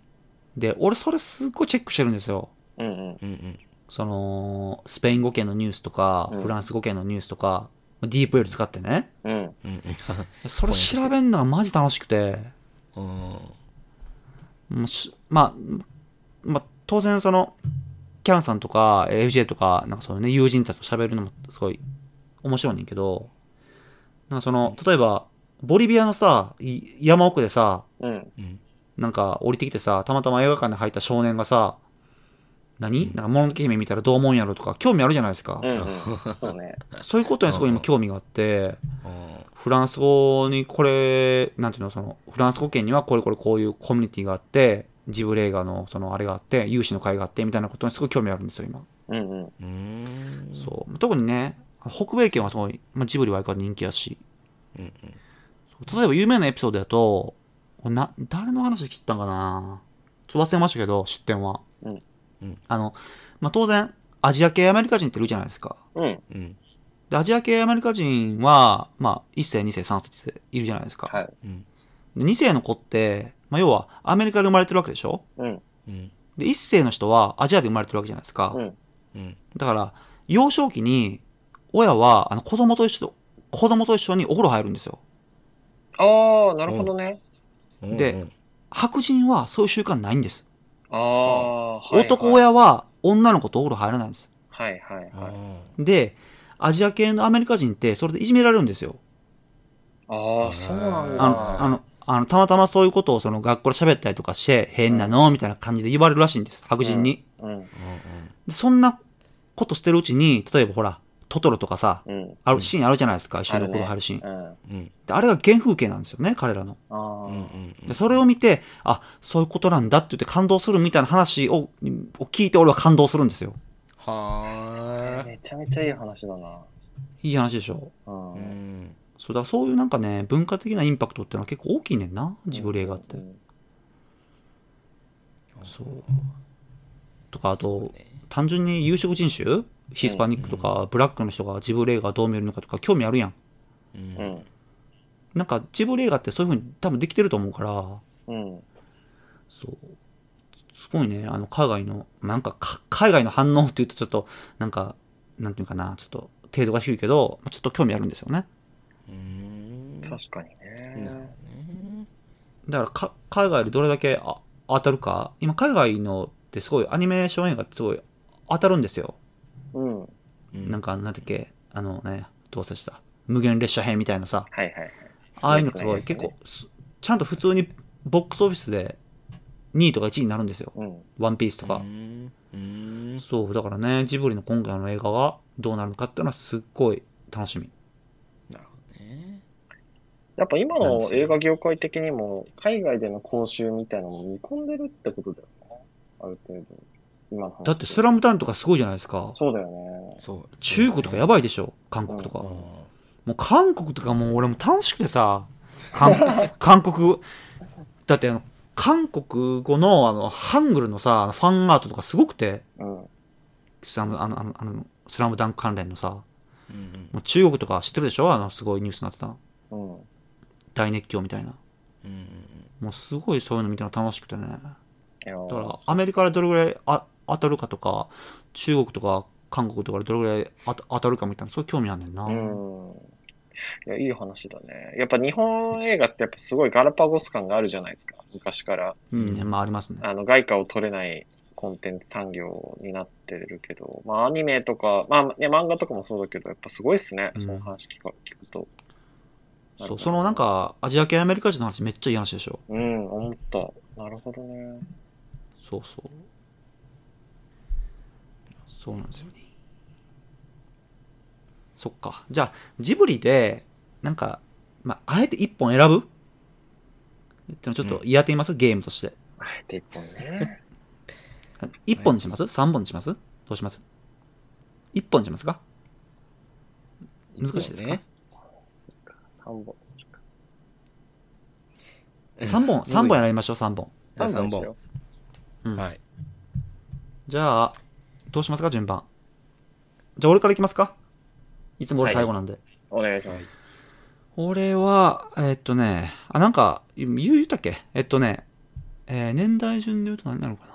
Speaker 2: で、俺それすっごいチェックしてるんですよ。
Speaker 4: うんうん。
Speaker 3: うんうん
Speaker 2: その、スペイン語圏のニュースとか、
Speaker 4: うん
Speaker 2: フランス語圏のニュースとか、ディープウェル使ってね。
Speaker 4: うん。
Speaker 3: うん
Speaker 2: それ調べんのがマジ楽しくて、
Speaker 3: うんうん
Speaker 2: もうしまあ、まあ、当然その、キャンさんとか FJ とか、なんかそういうね、友人たちと喋るのもすごい面白いねんけど、なんかその、例えば、ボリビアのさ、い山奥でさ、
Speaker 4: うん。
Speaker 3: うん
Speaker 2: なんか降りてきてさ、たまたま映画館で入った少年がさ、何なんか、もののけ姫見たらどう思うんやろとか、興味あるじゃないですか
Speaker 4: う。ん、うん。そうね。
Speaker 2: そういうことにすごい今興味があって、
Speaker 3: うん
Speaker 2: フランス語にこれ、なんていうの、その、フランス語圏にはこれこれこういうコミュニティがあって、ジブレ映画の、その、あれがあって、有志の会があって、みたいなことにすごい興味あるんですよ、今。
Speaker 4: うんうん。
Speaker 3: うーん
Speaker 2: そう。特にね、北米圏はすごい、まあ、ジブリは相変わらず人気やし、
Speaker 3: うんうん
Speaker 2: 例えば有名なエピソードだと、これな、誰の話聞いたんかなちょっと忘れましたけど、出典は。
Speaker 4: うん
Speaker 3: うん
Speaker 2: あの、まあ、当然、アジア系アメリカ人っているじゃないですか。
Speaker 4: うん。
Speaker 3: うん
Speaker 2: で、アジア系アメリカ人は、まあ、1世、2世、3世っているじゃないですか。
Speaker 4: はい。
Speaker 3: うん
Speaker 2: で2世の子って、まあ、要は、アメリカで生まれてるわけでしょ
Speaker 4: うん。
Speaker 3: うん
Speaker 2: で、1世の人はアジアで生まれてるわけじゃないですか。
Speaker 4: うん。
Speaker 3: うん
Speaker 2: だから、幼少期に、親は、あの、子供と一緒、子供と一緒にお風呂入るんですよ。
Speaker 4: ああ、なるほどね。
Speaker 3: うん
Speaker 2: で
Speaker 3: うん
Speaker 2: 白人はそういう習慣ないんです。
Speaker 4: ああ、はいはい
Speaker 2: 男。親は女の子とお風呂入らないんです。
Speaker 4: はいはい
Speaker 3: あ
Speaker 4: はい。
Speaker 3: ー
Speaker 2: で、アジア系のアメリカ人ってそれでいじめられるんですよ。
Speaker 4: ああ、そうなんだ。
Speaker 2: あの、あの、あのたまたまそういうことをその学校で喋ったりとかして、変なのみたいな感じで言われるらしいんです。白人に。
Speaker 4: うん
Speaker 2: でそんなことしてるうちに、例えばほら、トトロとかさ、
Speaker 4: うん。
Speaker 2: あ
Speaker 3: う
Speaker 2: る
Speaker 3: ん
Speaker 2: シーンあるじゃないですか。一緒にお風呂
Speaker 4: あ
Speaker 2: 入るシーン。
Speaker 4: うん。あ
Speaker 3: うんうん
Speaker 2: であれが原風景なんですよね、彼らの。
Speaker 4: あ
Speaker 3: うんうんうん
Speaker 2: でそれを見て、あ、そういうことなんだって言って感動するみたいな話をを聞いて俺は感動するんですよ。
Speaker 3: は
Speaker 4: ー。めちゃめちゃいい話だな。
Speaker 2: いい話でしょ。
Speaker 4: う。
Speaker 3: あうんん
Speaker 2: そうだからそういうなんかね文化的なインパクトっていうのは結構大きいねんなジブリ映画って、
Speaker 4: うん
Speaker 2: そうとかあ
Speaker 3: そう
Speaker 2: と
Speaker 3: ね
Speaker 2: 単純に有色人種ヒスパニックとかブラックの人がジブリ映画をどう見るのかとか興味あるやん
Speaker 4: う
Speaker 3: う
Speaker 4: んん。
Speaker 2: なんかジブリ映画ってそういうふうに多分できてると思うから
Speaker 4: うん。
Speaker 2: そうすごいねあの海外のなんかか海外の反応っていうとちょっとなんかなんていうかなちょっと程度が低いけどちょっと興味あるんですよね
Speaker 3: うんなる
Speaker 4: 確かにね。
Speaker 3: ほどね
Speaker 2: だからか海外でどれだけあ当たるか今海外のってすごいアニメーション映画ってすごい当たるんですよ
Speaker 4: うん。はい
Speaker 3: うん
Speaker 2: なんかなんだっけあのねどうせした無限列車編みたいなさ
Speaker 4: はいはい。
Speaker 2: ああいうのすごい
Speaker 4: そうです
Speaker 2: 結
Speaker 4: ね
Speaker 2: 構すちゃんと普通にボックスオフィスで2位とか1位になるんですよ
Speaker 4: うん。
Speaker 2: ワンピースとか
Speaker 3: う、んうん
Speaker 2: そうだからねジブリの今回の映画がどうなるのかっていうのはすっごい楽しみ
Speaker 3: なるほどね
Speaker 4: やっぱ今
Speaker 2: なんで
Speaker 4: の
Speaker 2: すよ
Speaker 4: 映画業界的にも、海外での講習みたいなのも見込んでるってことだよね。ある程度。今の話
Speaker 2: だってスラムダンクとかすごいじゃないですか
Speaker 4: そうだよね。
Speaker 3: そう
Speaker 2: 中国とかやばいでしょ韓国とか、
Speaker 3: うん
Speaker 2: もう韓国とかもう俺も楽しくてさ、韓 韓国、だってあの、韓国語のあの、ハングルのさ、あのファンアートとかすごくて、
Speaker 4: うん。
Speaker 2: スラム、あの、あの、あのスラムダンク関連のさ、
Speaker 3: うん
Speaker 2: もう中国とか知ってるでしょあの、すごいニュースになってた。
Speaker 4: うん。
Speaker 2: 大熱狂みたいな。
Speaker 3: うんうん
Speaker 2: もうすごいそういうの見たの楽しくてね。だ
Speaker 4: いや
Speaker 2: から、アメリカでどれぐらいあ当たるかとか、中国とか韓国とかでどれぐらいあ当たるかみたいな、そういう興味あんねんな。
Speaker 4: うん。いや、いい話だね。やっぱ日本映画ってやっぱすごいガラパゴス感があるじゃないですか。昔から。
Speaker 2: うん、ね、まあありますね。
Speaker 4: あの、外貨を取れないコンテンツ産業になってるけど、まあアニメとか、まあね、漫画とかもそうだけど、やっぱすごいっすね。
Speaker 2: うん
Speaker 4: その話聞く聞くと。
Speaker 2: そう、そのなんか、アジア系アメリカ人の話めっちゃいい話でしょ。
Speaker 4: うん、思った。なるほどね。
Speaker 2: そうそう。そうなんですよね。そっか。じゃあ、ジブリで、なんか、まあ、あえて一本選ぶってのちょっとやってみます、ゲームとして。
Speaker 4: あえて一本ね。
Speaker 2: 一本にします三本にしますどうします一本にしますか
Speaker 3: うん
Speaker 2: 難しいですか、
Speaker 3: ね
Speaker 4: 三本。
Speaker 2: 三本、三本選びましょう、三本。
Speaker 3: じゃあ三
Speaker 4: で
Speaker 3: 本
Speaker 4: しょ
Speaker 2: うん
Speaker 3: はい
Speaker 2: じゃあ、どうしますか順番。じゃあ、俺からいきますかいつも俺最後なんで。
Speaker 4: お願いし
Speaker 3: は
Speaker 4: ま
Speaker 3: い
Speaker 4: す。
Speaker 2: 俺は、えっとね、あ、なんか、言う言ったっけえっとね、えー年代順で言うと何なのかな。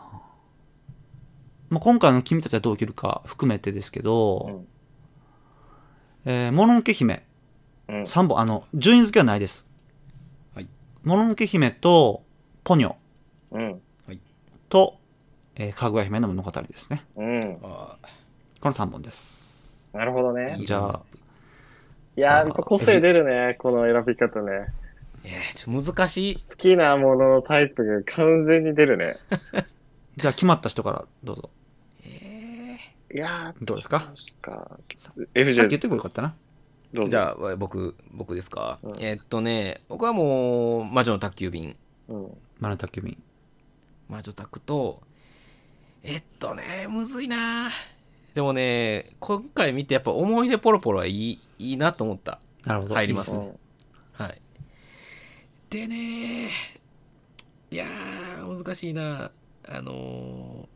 Speaker 2: まあ、今回の君たちはどう生きるか含めてですけど、えーもののけ姫、
Speaker 4: うん。
Speaker 2: 3本、あの、順位付けはないです。
Speaker 3: はい。
Speaker 2: もののけ姫と、ポニョ
Speaker 4: うん。
Speaker 2: と、えーかぐや姫の物語ですね。
Speaker 4: うん。
Speaker 3: あ
Speaker 2: この3本です。
Speaker 4: なるほどね
Speaker 3: ー。いい
Speaker 2: じゃあ
Speaker 3: な
Speaker 4: うんいやー、やっぱ個性出るね、この選び方ね。
Speaker 3: えーちょっと難しい
Speaker 4: 好きなもののタイプが完全に出るね。
Speaker 2: じゃあ、決まった人からどうぞ。
Speaker 3: え
Speaker 4: いやー、
Speaker 2: どうですか
Speaker 4: か。
Speaker 2: ささっき言
Speaker 4: FJ
Speaker 2: っ、てくれよかったな。
Speaker 4: どうぞ。
Speaker 3: ーじゃあ僕僕ですか
Speaker 4: うん
Speaker 3: えーっとね僕はもう魔女の宅急便
Speaker 4: うん。
Speaker 2: マナタケミ。
Speaker 3: 魔女宅と、えっとね、むずいなでもね、今回見てやっぱ思い出ポロポロはいい、いいなと思った。
Speaker 2: なるほど。
Speaker 3: 入ります
Speaker 4: う
Speaker 3: ね
Speaker 4: ん
Speaker 3: はい。でね、いやー、難しいな。あの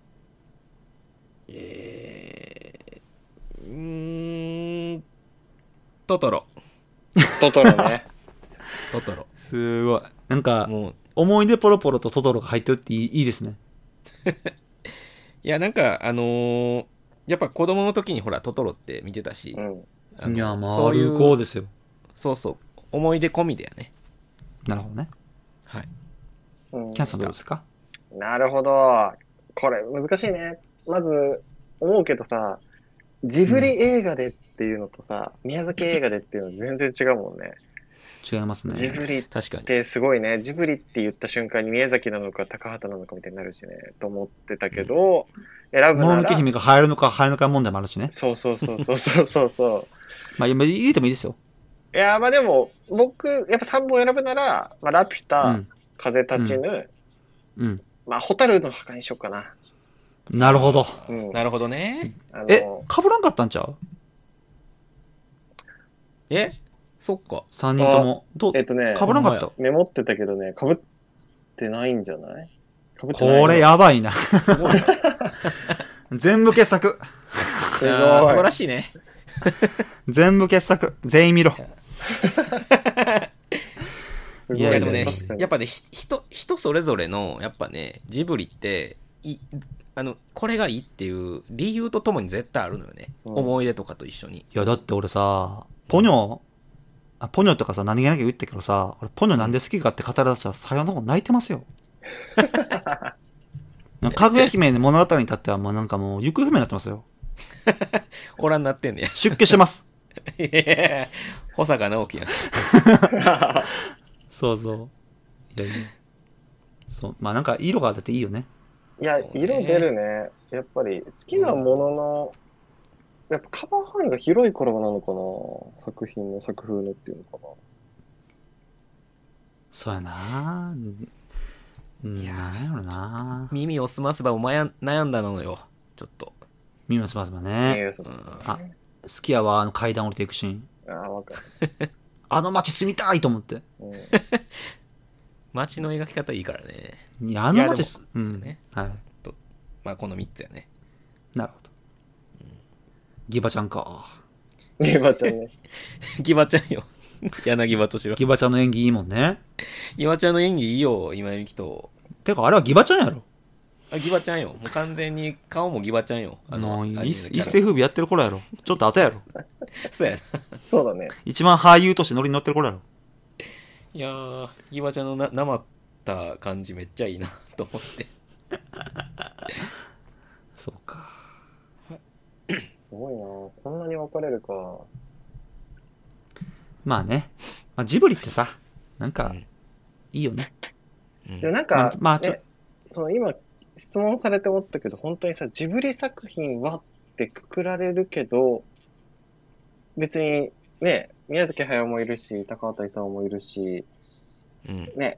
Speaker 3: ー、えー、うーん、トトロ、
Speaker 4: トトロね。
Speaker 3: トトロ。
Speaker 2: すごい。なんか、
Speaker 3: もう、
Speaker 2: 思い出ポロポロとトトロが入ってるっていいいいですね。
Speaker 3: いや、なんか、あのーやっぱ子供の時にほら、トトロって見てたし
Speaker 4: う、ん。
Speaker 3: あの
Speaker 2: いや、まあ、
Speaker 3: そうい
Speaker 2: 丸子
Speaker 3: う、
Speaker 2: ですよ。
Speaker 3: そうそう、思い出込みだよね。
Speaker 2: なるほどね。
Speaker 3: はい。
Speaker 4: うん
Speaker 2: キャンさんどうですか
Speaker 4: なるほど。これ難しいね。まず、思うけどさ、ジブリ映画でっていうのとさ、宮崎映画でっていうの全然違うもんね。
Speaker 2: 違いますね。
Speaker 4: ジブリっ
Speaker 3: 確かに。
Speaker 4: てすごいね。ジブリって言った瞬間に宮崎なのか高畑なのかみたいになるしね。と思ってたけど、選ぶ
Speaker 2: も
Speaker 4: な
Speaker 2: ののけ
Speaker 4: ら。
Speaker 2: 姫が入るのか入るのか問題もあるしね。
Speaker 4: そうそうそうそうそうそ うそう。
Speaker 2: まあ、今入れてもいいですよ。
Speaker 4: いやーまあでも、僕、やっぱ3本選ぶなら、まあ、ラピュタ、
Speaker 2: うん。
Speaker 4: 風立ちぬ、
Speaker 2: うん。
Speaker 4: まあ、ホタルの墓にしようかな。
Speaker 2: なるほど。
Speaker 4: うん
Speaker 3: なるほどね。
Speaker 4: あ
Speaker 2: え
Speaker 4: の、
Speaker 2: かぶらんかったんちゃう
Speaker 3: えそっか。
Speaker 2: ?3 人とも。どう
Speaker 4: えっとね、
Speaker 2: かぶらんかった。
Speaker 4: メモってたけどね、かぶってないんじゃないかぶってない。
Speaker 2: これやばいな。
Speaker 3: す ごいな。い
Speaker 2: 全部傑作。
Speaker 4: すごい。
Speaker 3: やー素晴らしいね。
Speaker 2: 全部傑作。全員見ろ。
Speaker 4: すご
Speaker 2: い
Speaker 3: い
Speaker 2: や
Speaker 3: や
Speaker 2: いや
Speaker 3: でもね
Speaker 4: 確か、に
Speaker 3: やっぱね、ひ人、人それぞれの、やっぱね、ジブリって、い、あの、これがいいっていう理由とともに絶対あるのよね。
Speaker 4: うん
Speaker 3: 思い出とかと一緒に。
Speaker 2: いや、だって俺さ、ポニョ、あポニョとかさ、何気なく言ったけどさ、俺ポニョなんで好きかって語り出したら、最後の方泣いてます よ。なんかかぐや姫の物語に立っては、もうなんかもう、行方不明になってますよ。
Speaker 3: おらんなってんねや。
Speaker 2: 出家してます。
Speaker 3: いやい や保坂直樹や。
Speaker 2: そうそう。いやいやそう。まあなんか、色が出ていいよね。
Speaker 4: いや、
Speaker 3: そうね
Speaker 4: 色出るね。やっぱり、好きなものの、やっぱカバー範囲が広いからなのかな。作品の作風のっていうのか
Speaker 2: そうやなうん、
Speaker 3: いや
Speaker 2: なんやろな
Speaker 3: 耳を澄ませば迷ん悩んだのよ。ちょっと。
Speaker 2: ミムスマスマ
Speaker 4: な。
Speaker 2: ね。
Speaker 4: ええそうですね。
Speaker 2: あ
Speaker 4: あ
Speaker 2: 好きやわ、あの階段降りていくシーン。
Speaker 4: あ、わかる。
Speaker 2: あの街住みたいと思って。
Speaker 4: うん
Speaker 3: 街の描き方いいからね。
Speaker 2: いや、あの街す、
Speaker 3: いやでも
Speaker 2: うん
Speaker 3: そうね
Speaker 2: はい。
Speaker 3: まあ、この3つやね。
Speaker 2: なるほど。ギバちゃんか。
Speaker 4: ねえ、ばあちゃんね。
Speaker 3: ギバちゃんよ。 柳葉敏郎。
Speaker 2: ギバちゃんの演技いいもんね。
Speaker 3: ギバちゃんの演技いいよ、今井美樹と。
Speaker 2: てか、あれはギバちゃんやろ。
Speaker 3: あ、ギバちゃんよ。もう完全に顔もギバちゃんよ。
Speaker 2: あ
Speaker 3: あの、
Speaker 2: の、
Speaker 3: アニメの
Speaker 2: 一
Speaker 3: キャ
Speaker 2: 一
Speaker 3: ラ
Speaker 2: 世風靡やってる頃やろ。ちょっと後やろ。
Speaker 3: そうやな。
Speaker 4: そうだね。
Speaker 2: 一番俳優としてノリに乗ってる頃やろ。
Speaker 3: いやー、ギバちゃんのな、なまった感じめっちゃいいなと思って。
Speaker 2: そうか。
Speaker 4: すごいな。こんなに分かれるか。
Speaker 2: まあね。まあ、ジブリってさ、なん
Speaker 3: う
Speaker 2: か
Speaker 3: ん、
Speaker 2: いいよね。
Speaker 3: うん
Speaker 4: でもなん
Speaker 2: ま
Speaker 4: か
Speaker 2: あ、まあちょ
Speaker 4: ね、その今、質問されて思ったけど、本当にさ、ジブリ作品はってくくられるけど、別にね、宮崎駿もいるし、高畑勲もいるし、
Speaker 3: うん
Speaker 4: ね、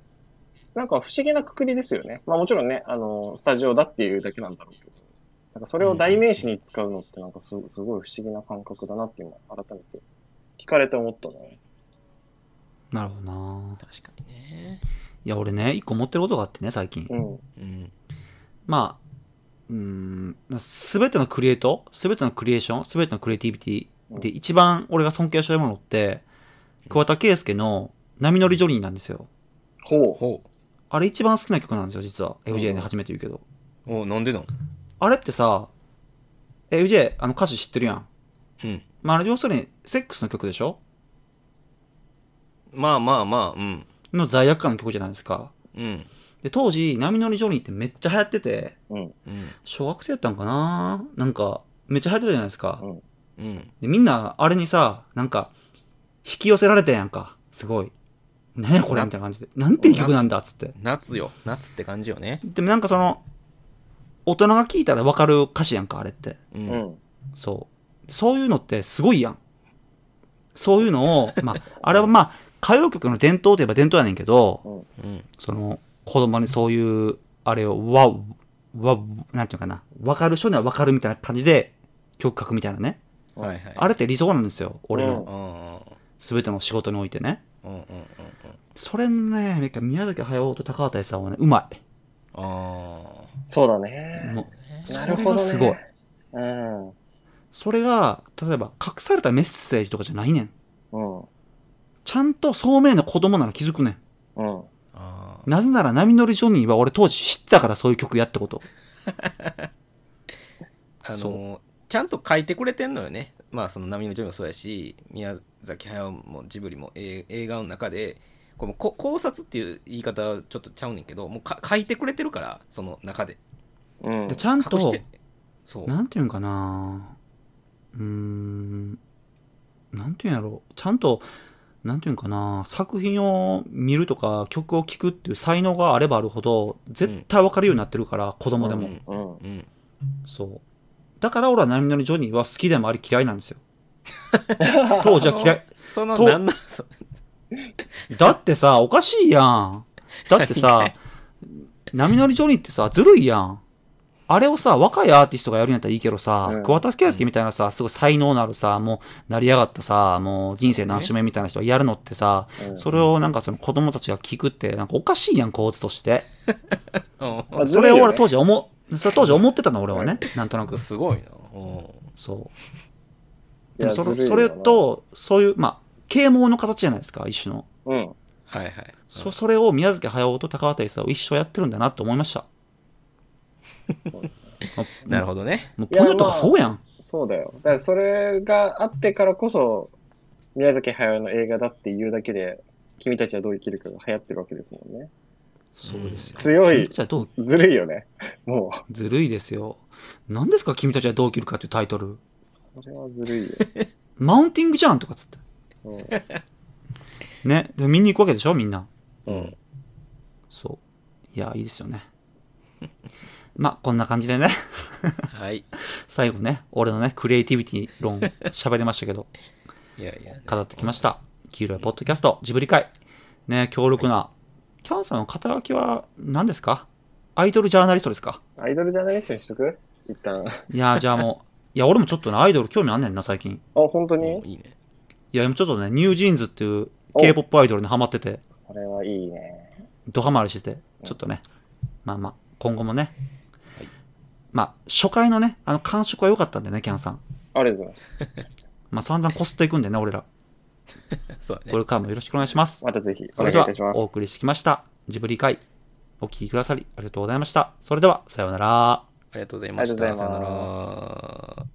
Speaker 4: なんか不思議なくくりですよね。まあもちろんね、あの、スタジオだっていうだけなんだろうけど、なんかそれを代名詞に使うのってなんかすすごい不思議な感覚だなって今、改めて聞かれて思ったね。
Speaker 2: なるほどな
Speaker 3: 確かにね。
Speaker 2: いや、俺ね、一個持ってることがあってね、最近。
Speaker 4: うん。
Speaker 3: うん。
Speaker 2: まあ、うーん、すべてのクリエイト、すべてのクリエーション、すべてのクリエイティビティで一番俺が尊敬してるものって、桑田佳祐の波乗りジョリーなんですよ。
Speaker 4: ほ
Speaker 3: ほ
Speaker 2: あれ一番好きな曲なんですよ、実は。
Speaker 4: ん
Speaker 2: FJ で初めて言うけど。
Speaker 3: う。おうなんでなん
Speaker 2: あれってさ、FJ、あの歌詞知ってるやん。
Speaker 3: うん。
Speaker 2: まあ、あれ要するに、セックスの曲でしょ
Speaker 3: まあまあまあ、うん。
Speaker 2: の罪悪感の曲じゃないですか。
Speaker 3: うん。
Speaker 2: で、当時、波乗りジョニーってめっちゃ流行ってて、
Speaker 4: う。うん。
Speaker 3: うん。
Speaker 2: 小学生やったんかななんか、めっちゃ流行ってたじゃないですか。
Speaker 4: うん
Speaker 3: うん。
Speaker 2: で、みんな、あれにさ、なんか、引き寄せられたやんか。すごい。なんやこれみたいな感じで。なんていい曲なんだっつって。
Speaker 3: 夏よ。夏って感じよね。
Speaker 2: でもなんかその、大人が聴いたらわかる歌詞やんか、あれって。
Speaker 4: う
Speaker 3: う。
Speaker 4: んん。
Speaker 2: そう。そういうのってすごいやん。そういうのを、まあ、あれはまあ、歌謡曲の伝統といえば伝統やねんけど、
Speaker 3: うん。
Speaker 2: その、子供にそういうあれを、わ、わ、なんていうかな、わかる人にはわかるみたいな感じで曲書くみたいなね。
Speaker 3: はいはい。
Speaker 2: あれって理想なんですよ。俺
Speaker 4: う
Speaker 2: の
Speaker 4: ん
Speaker 3: うん
Speaker 2: 全ての仕事においてね。
Speaker 3: うんうんうんうんうん。
Speaker 2: それね、めっちゃ宮崎駿と高畑さんはね、うまい。
Speaker 3: あ
Speaker 4: そうだね。
Speaker 2: もう
Speaker 4: なるほどね。
Speaker 2: それがすごい。
Speaker 4: うん。
Speaker 2: それが、例えば隠されたメッセージとかじゃないねん。
Speaker 4: うん。
Speaker 2: ちゃんと聡明な子供なら気づくねん。
Speaker 4: うん。
Speaker 3: あ。ああ。
Speaker 2: なぜなら波乗りジョニーは俺当時知ってたからそういう曲やってこと。
Speaker 3: あ
Speaker 2: そ
Speaker 3: のちゃんと書いてくれてんのよね。まあその波のジョニーもそうやし宮崎駿もジブリもえー映画の中でこのこ考察っていう言い方はちょっとちゃうねんけどもうか書いてくれてるからその中で
Speaker 4: うん
Speaker 2: でちゃん
Speaker 3: 隠し
Speaker 2: と
Speaker 3: て、そう
Speaker 2: なんていうんかなうーん、なんていうんやろう。ちゃんと、なんていうんかな作品を見るとか曲を聴くっていう才能があればあるほど、絶対わかるようになってるから、子供でも。
Speaker 3: うん
Speaker 4: うん。
Speaker 3: うん
Speaker 2: そう。だから俺は波乗りジョニーは好きでもあり嫌いなんですよ。 当時は嫌い。
Speaker 3: その
Speaker 2: と
Speaker 3: なんなんそ
Speaker 2: だってさ、おかしいやん。だって
Speaker 3: 何
Speaker 2: さ
Speaker 3: が、
Speaker 2: 波乗りジョニーってさ、ずるいやん。あれをさ、若いアーティストがやるんやったらいいけどさ、
Speaker 4: うん
Speaker 2: 桑田佳祐みたいなさ、すごい才能のあるさ、もう、成り上がったさ、もう人生何周目みたいな人がやるのってさ、
Speaker 4: うん
Speaker 2: それをなんかその子供たちが聞くって、なんかおかしいやん、構図として。
Speaker 3: うん
Speaker 4: あず
Speaker 2: そ
Speaker 4: るい
Speaker 2: れ
Speaker 4: よ
Speaker 2: を
Speaker 4: ね
Speaker 2: 俺当時思、それ当時思ってたの俺はね、なんとな
Speaker 3: う
Speaker 2: く
Speaker 3: ん。すごいなうん
Speaker 2: そう。
Speaker 4: い
Speaker 2: でも
Speaker 4: や
Speaker 2: そ
Speaker 4: ずる
Speaker 2: れ
Speaker 4: いよ
Speaker 2: そ
Speaker 4: な
Speaker 2: れと、そういう、まあ、啓蒙の形じゃないですか、一種の。
Speaker 4: うん。
Speaker 3: はいはい
Speaker 2: そそれを宮崎駿と高畑勲を一生やってるんだなと思いました。
Speaker 3: うんなるほどね
Speaker 2: もうポニョと
Speaker 4: いやま
Speaker 2: か
Speaker 4: あ
Speaker 2: そうやん。
Speaker 4: そうだよ。だからそれがあってからこそ、宮崎駿の映画だって言うだけで、君たちはどう生きるかが流行ってるわけですもんね。
Speaker 2: そうですよ。
Speaker 4: 強い
Speaker 2: 君たちはどう、
Speaker 4: ずるいよね。も
Speaker 2: ずるいですよ。何ですか、君たちはどう生きるかっていうタイトル。
Speaker 4: う、それはずるいよ。
Speaker 2: マウンティングじゃんとかっつって。
Speaker 4: うん、
Speaker 2: ね。で、見に行くわけでしょ、みんな。
Speaker 3: うん
Speaker 2: そう。いや、いいですよね。 まあ、こんな感じでね、
Speaker 3: はい
Speaker 2: 最後ね、俺のね、クリエイティビティ論喋りましたけど、
Speaker 3: いや いやね
Speaker 2: 語ってきました。黄色いポッドキャスト、ジブリ会。ね、強力な。キャンさんの肩書きは何ですかアイドルジャーナリストですか
Speaker 4: アイドルジャーナリストにしとく一旦。あ、
Speaker 2: いや、じゃあもう、いや、俺もちょっとね、アイドル興味あんねんな、最近。
Speaker 4: 本当
Speaker 3: うん
Speaker 4: に
Speaker 3: いいね
Speaker 2: いや、今ちょっとね、ニュージーンズっていう
Speaker 4: お
Speaker 2: K-POP アイドルにハマってて、
Speaker 4: これはいいね。
Speaker 2: ドハマりしてて、ちょっとね、まあまあ、今後もね、まあ、初回のね、あの、感触は良かったんでね、キャンさん。
Speaker 4: ありがとうございます。
Speaker 2: まあ、散々こすっていくんでね、俺ら。
Speaker 3: そうだ
Speaker 2: こ
Speaker 3: ね
Speaker 2: れからもよろしくお願いします。
Speaker 4: またぜひ、
Speaker 2: そ
Speaker 4: お
Speaker 2: れ
Speaker 4: 願
Speaker 2: では
Speaker 4: いいたしま、す
Speaker 2: お。送りしてきました。ジブリ会、お聞きくださり、ありがとうございました。それでは、さようなら。
Speaker 3: ありがとうございまし
Speaker 4: あり
Speaker 3: た
Speaker 4: がと
Speaker 3: さ
Speaker 4: う
Speaker 3: よ
Speaker 4: ございます
Speaker 3: なら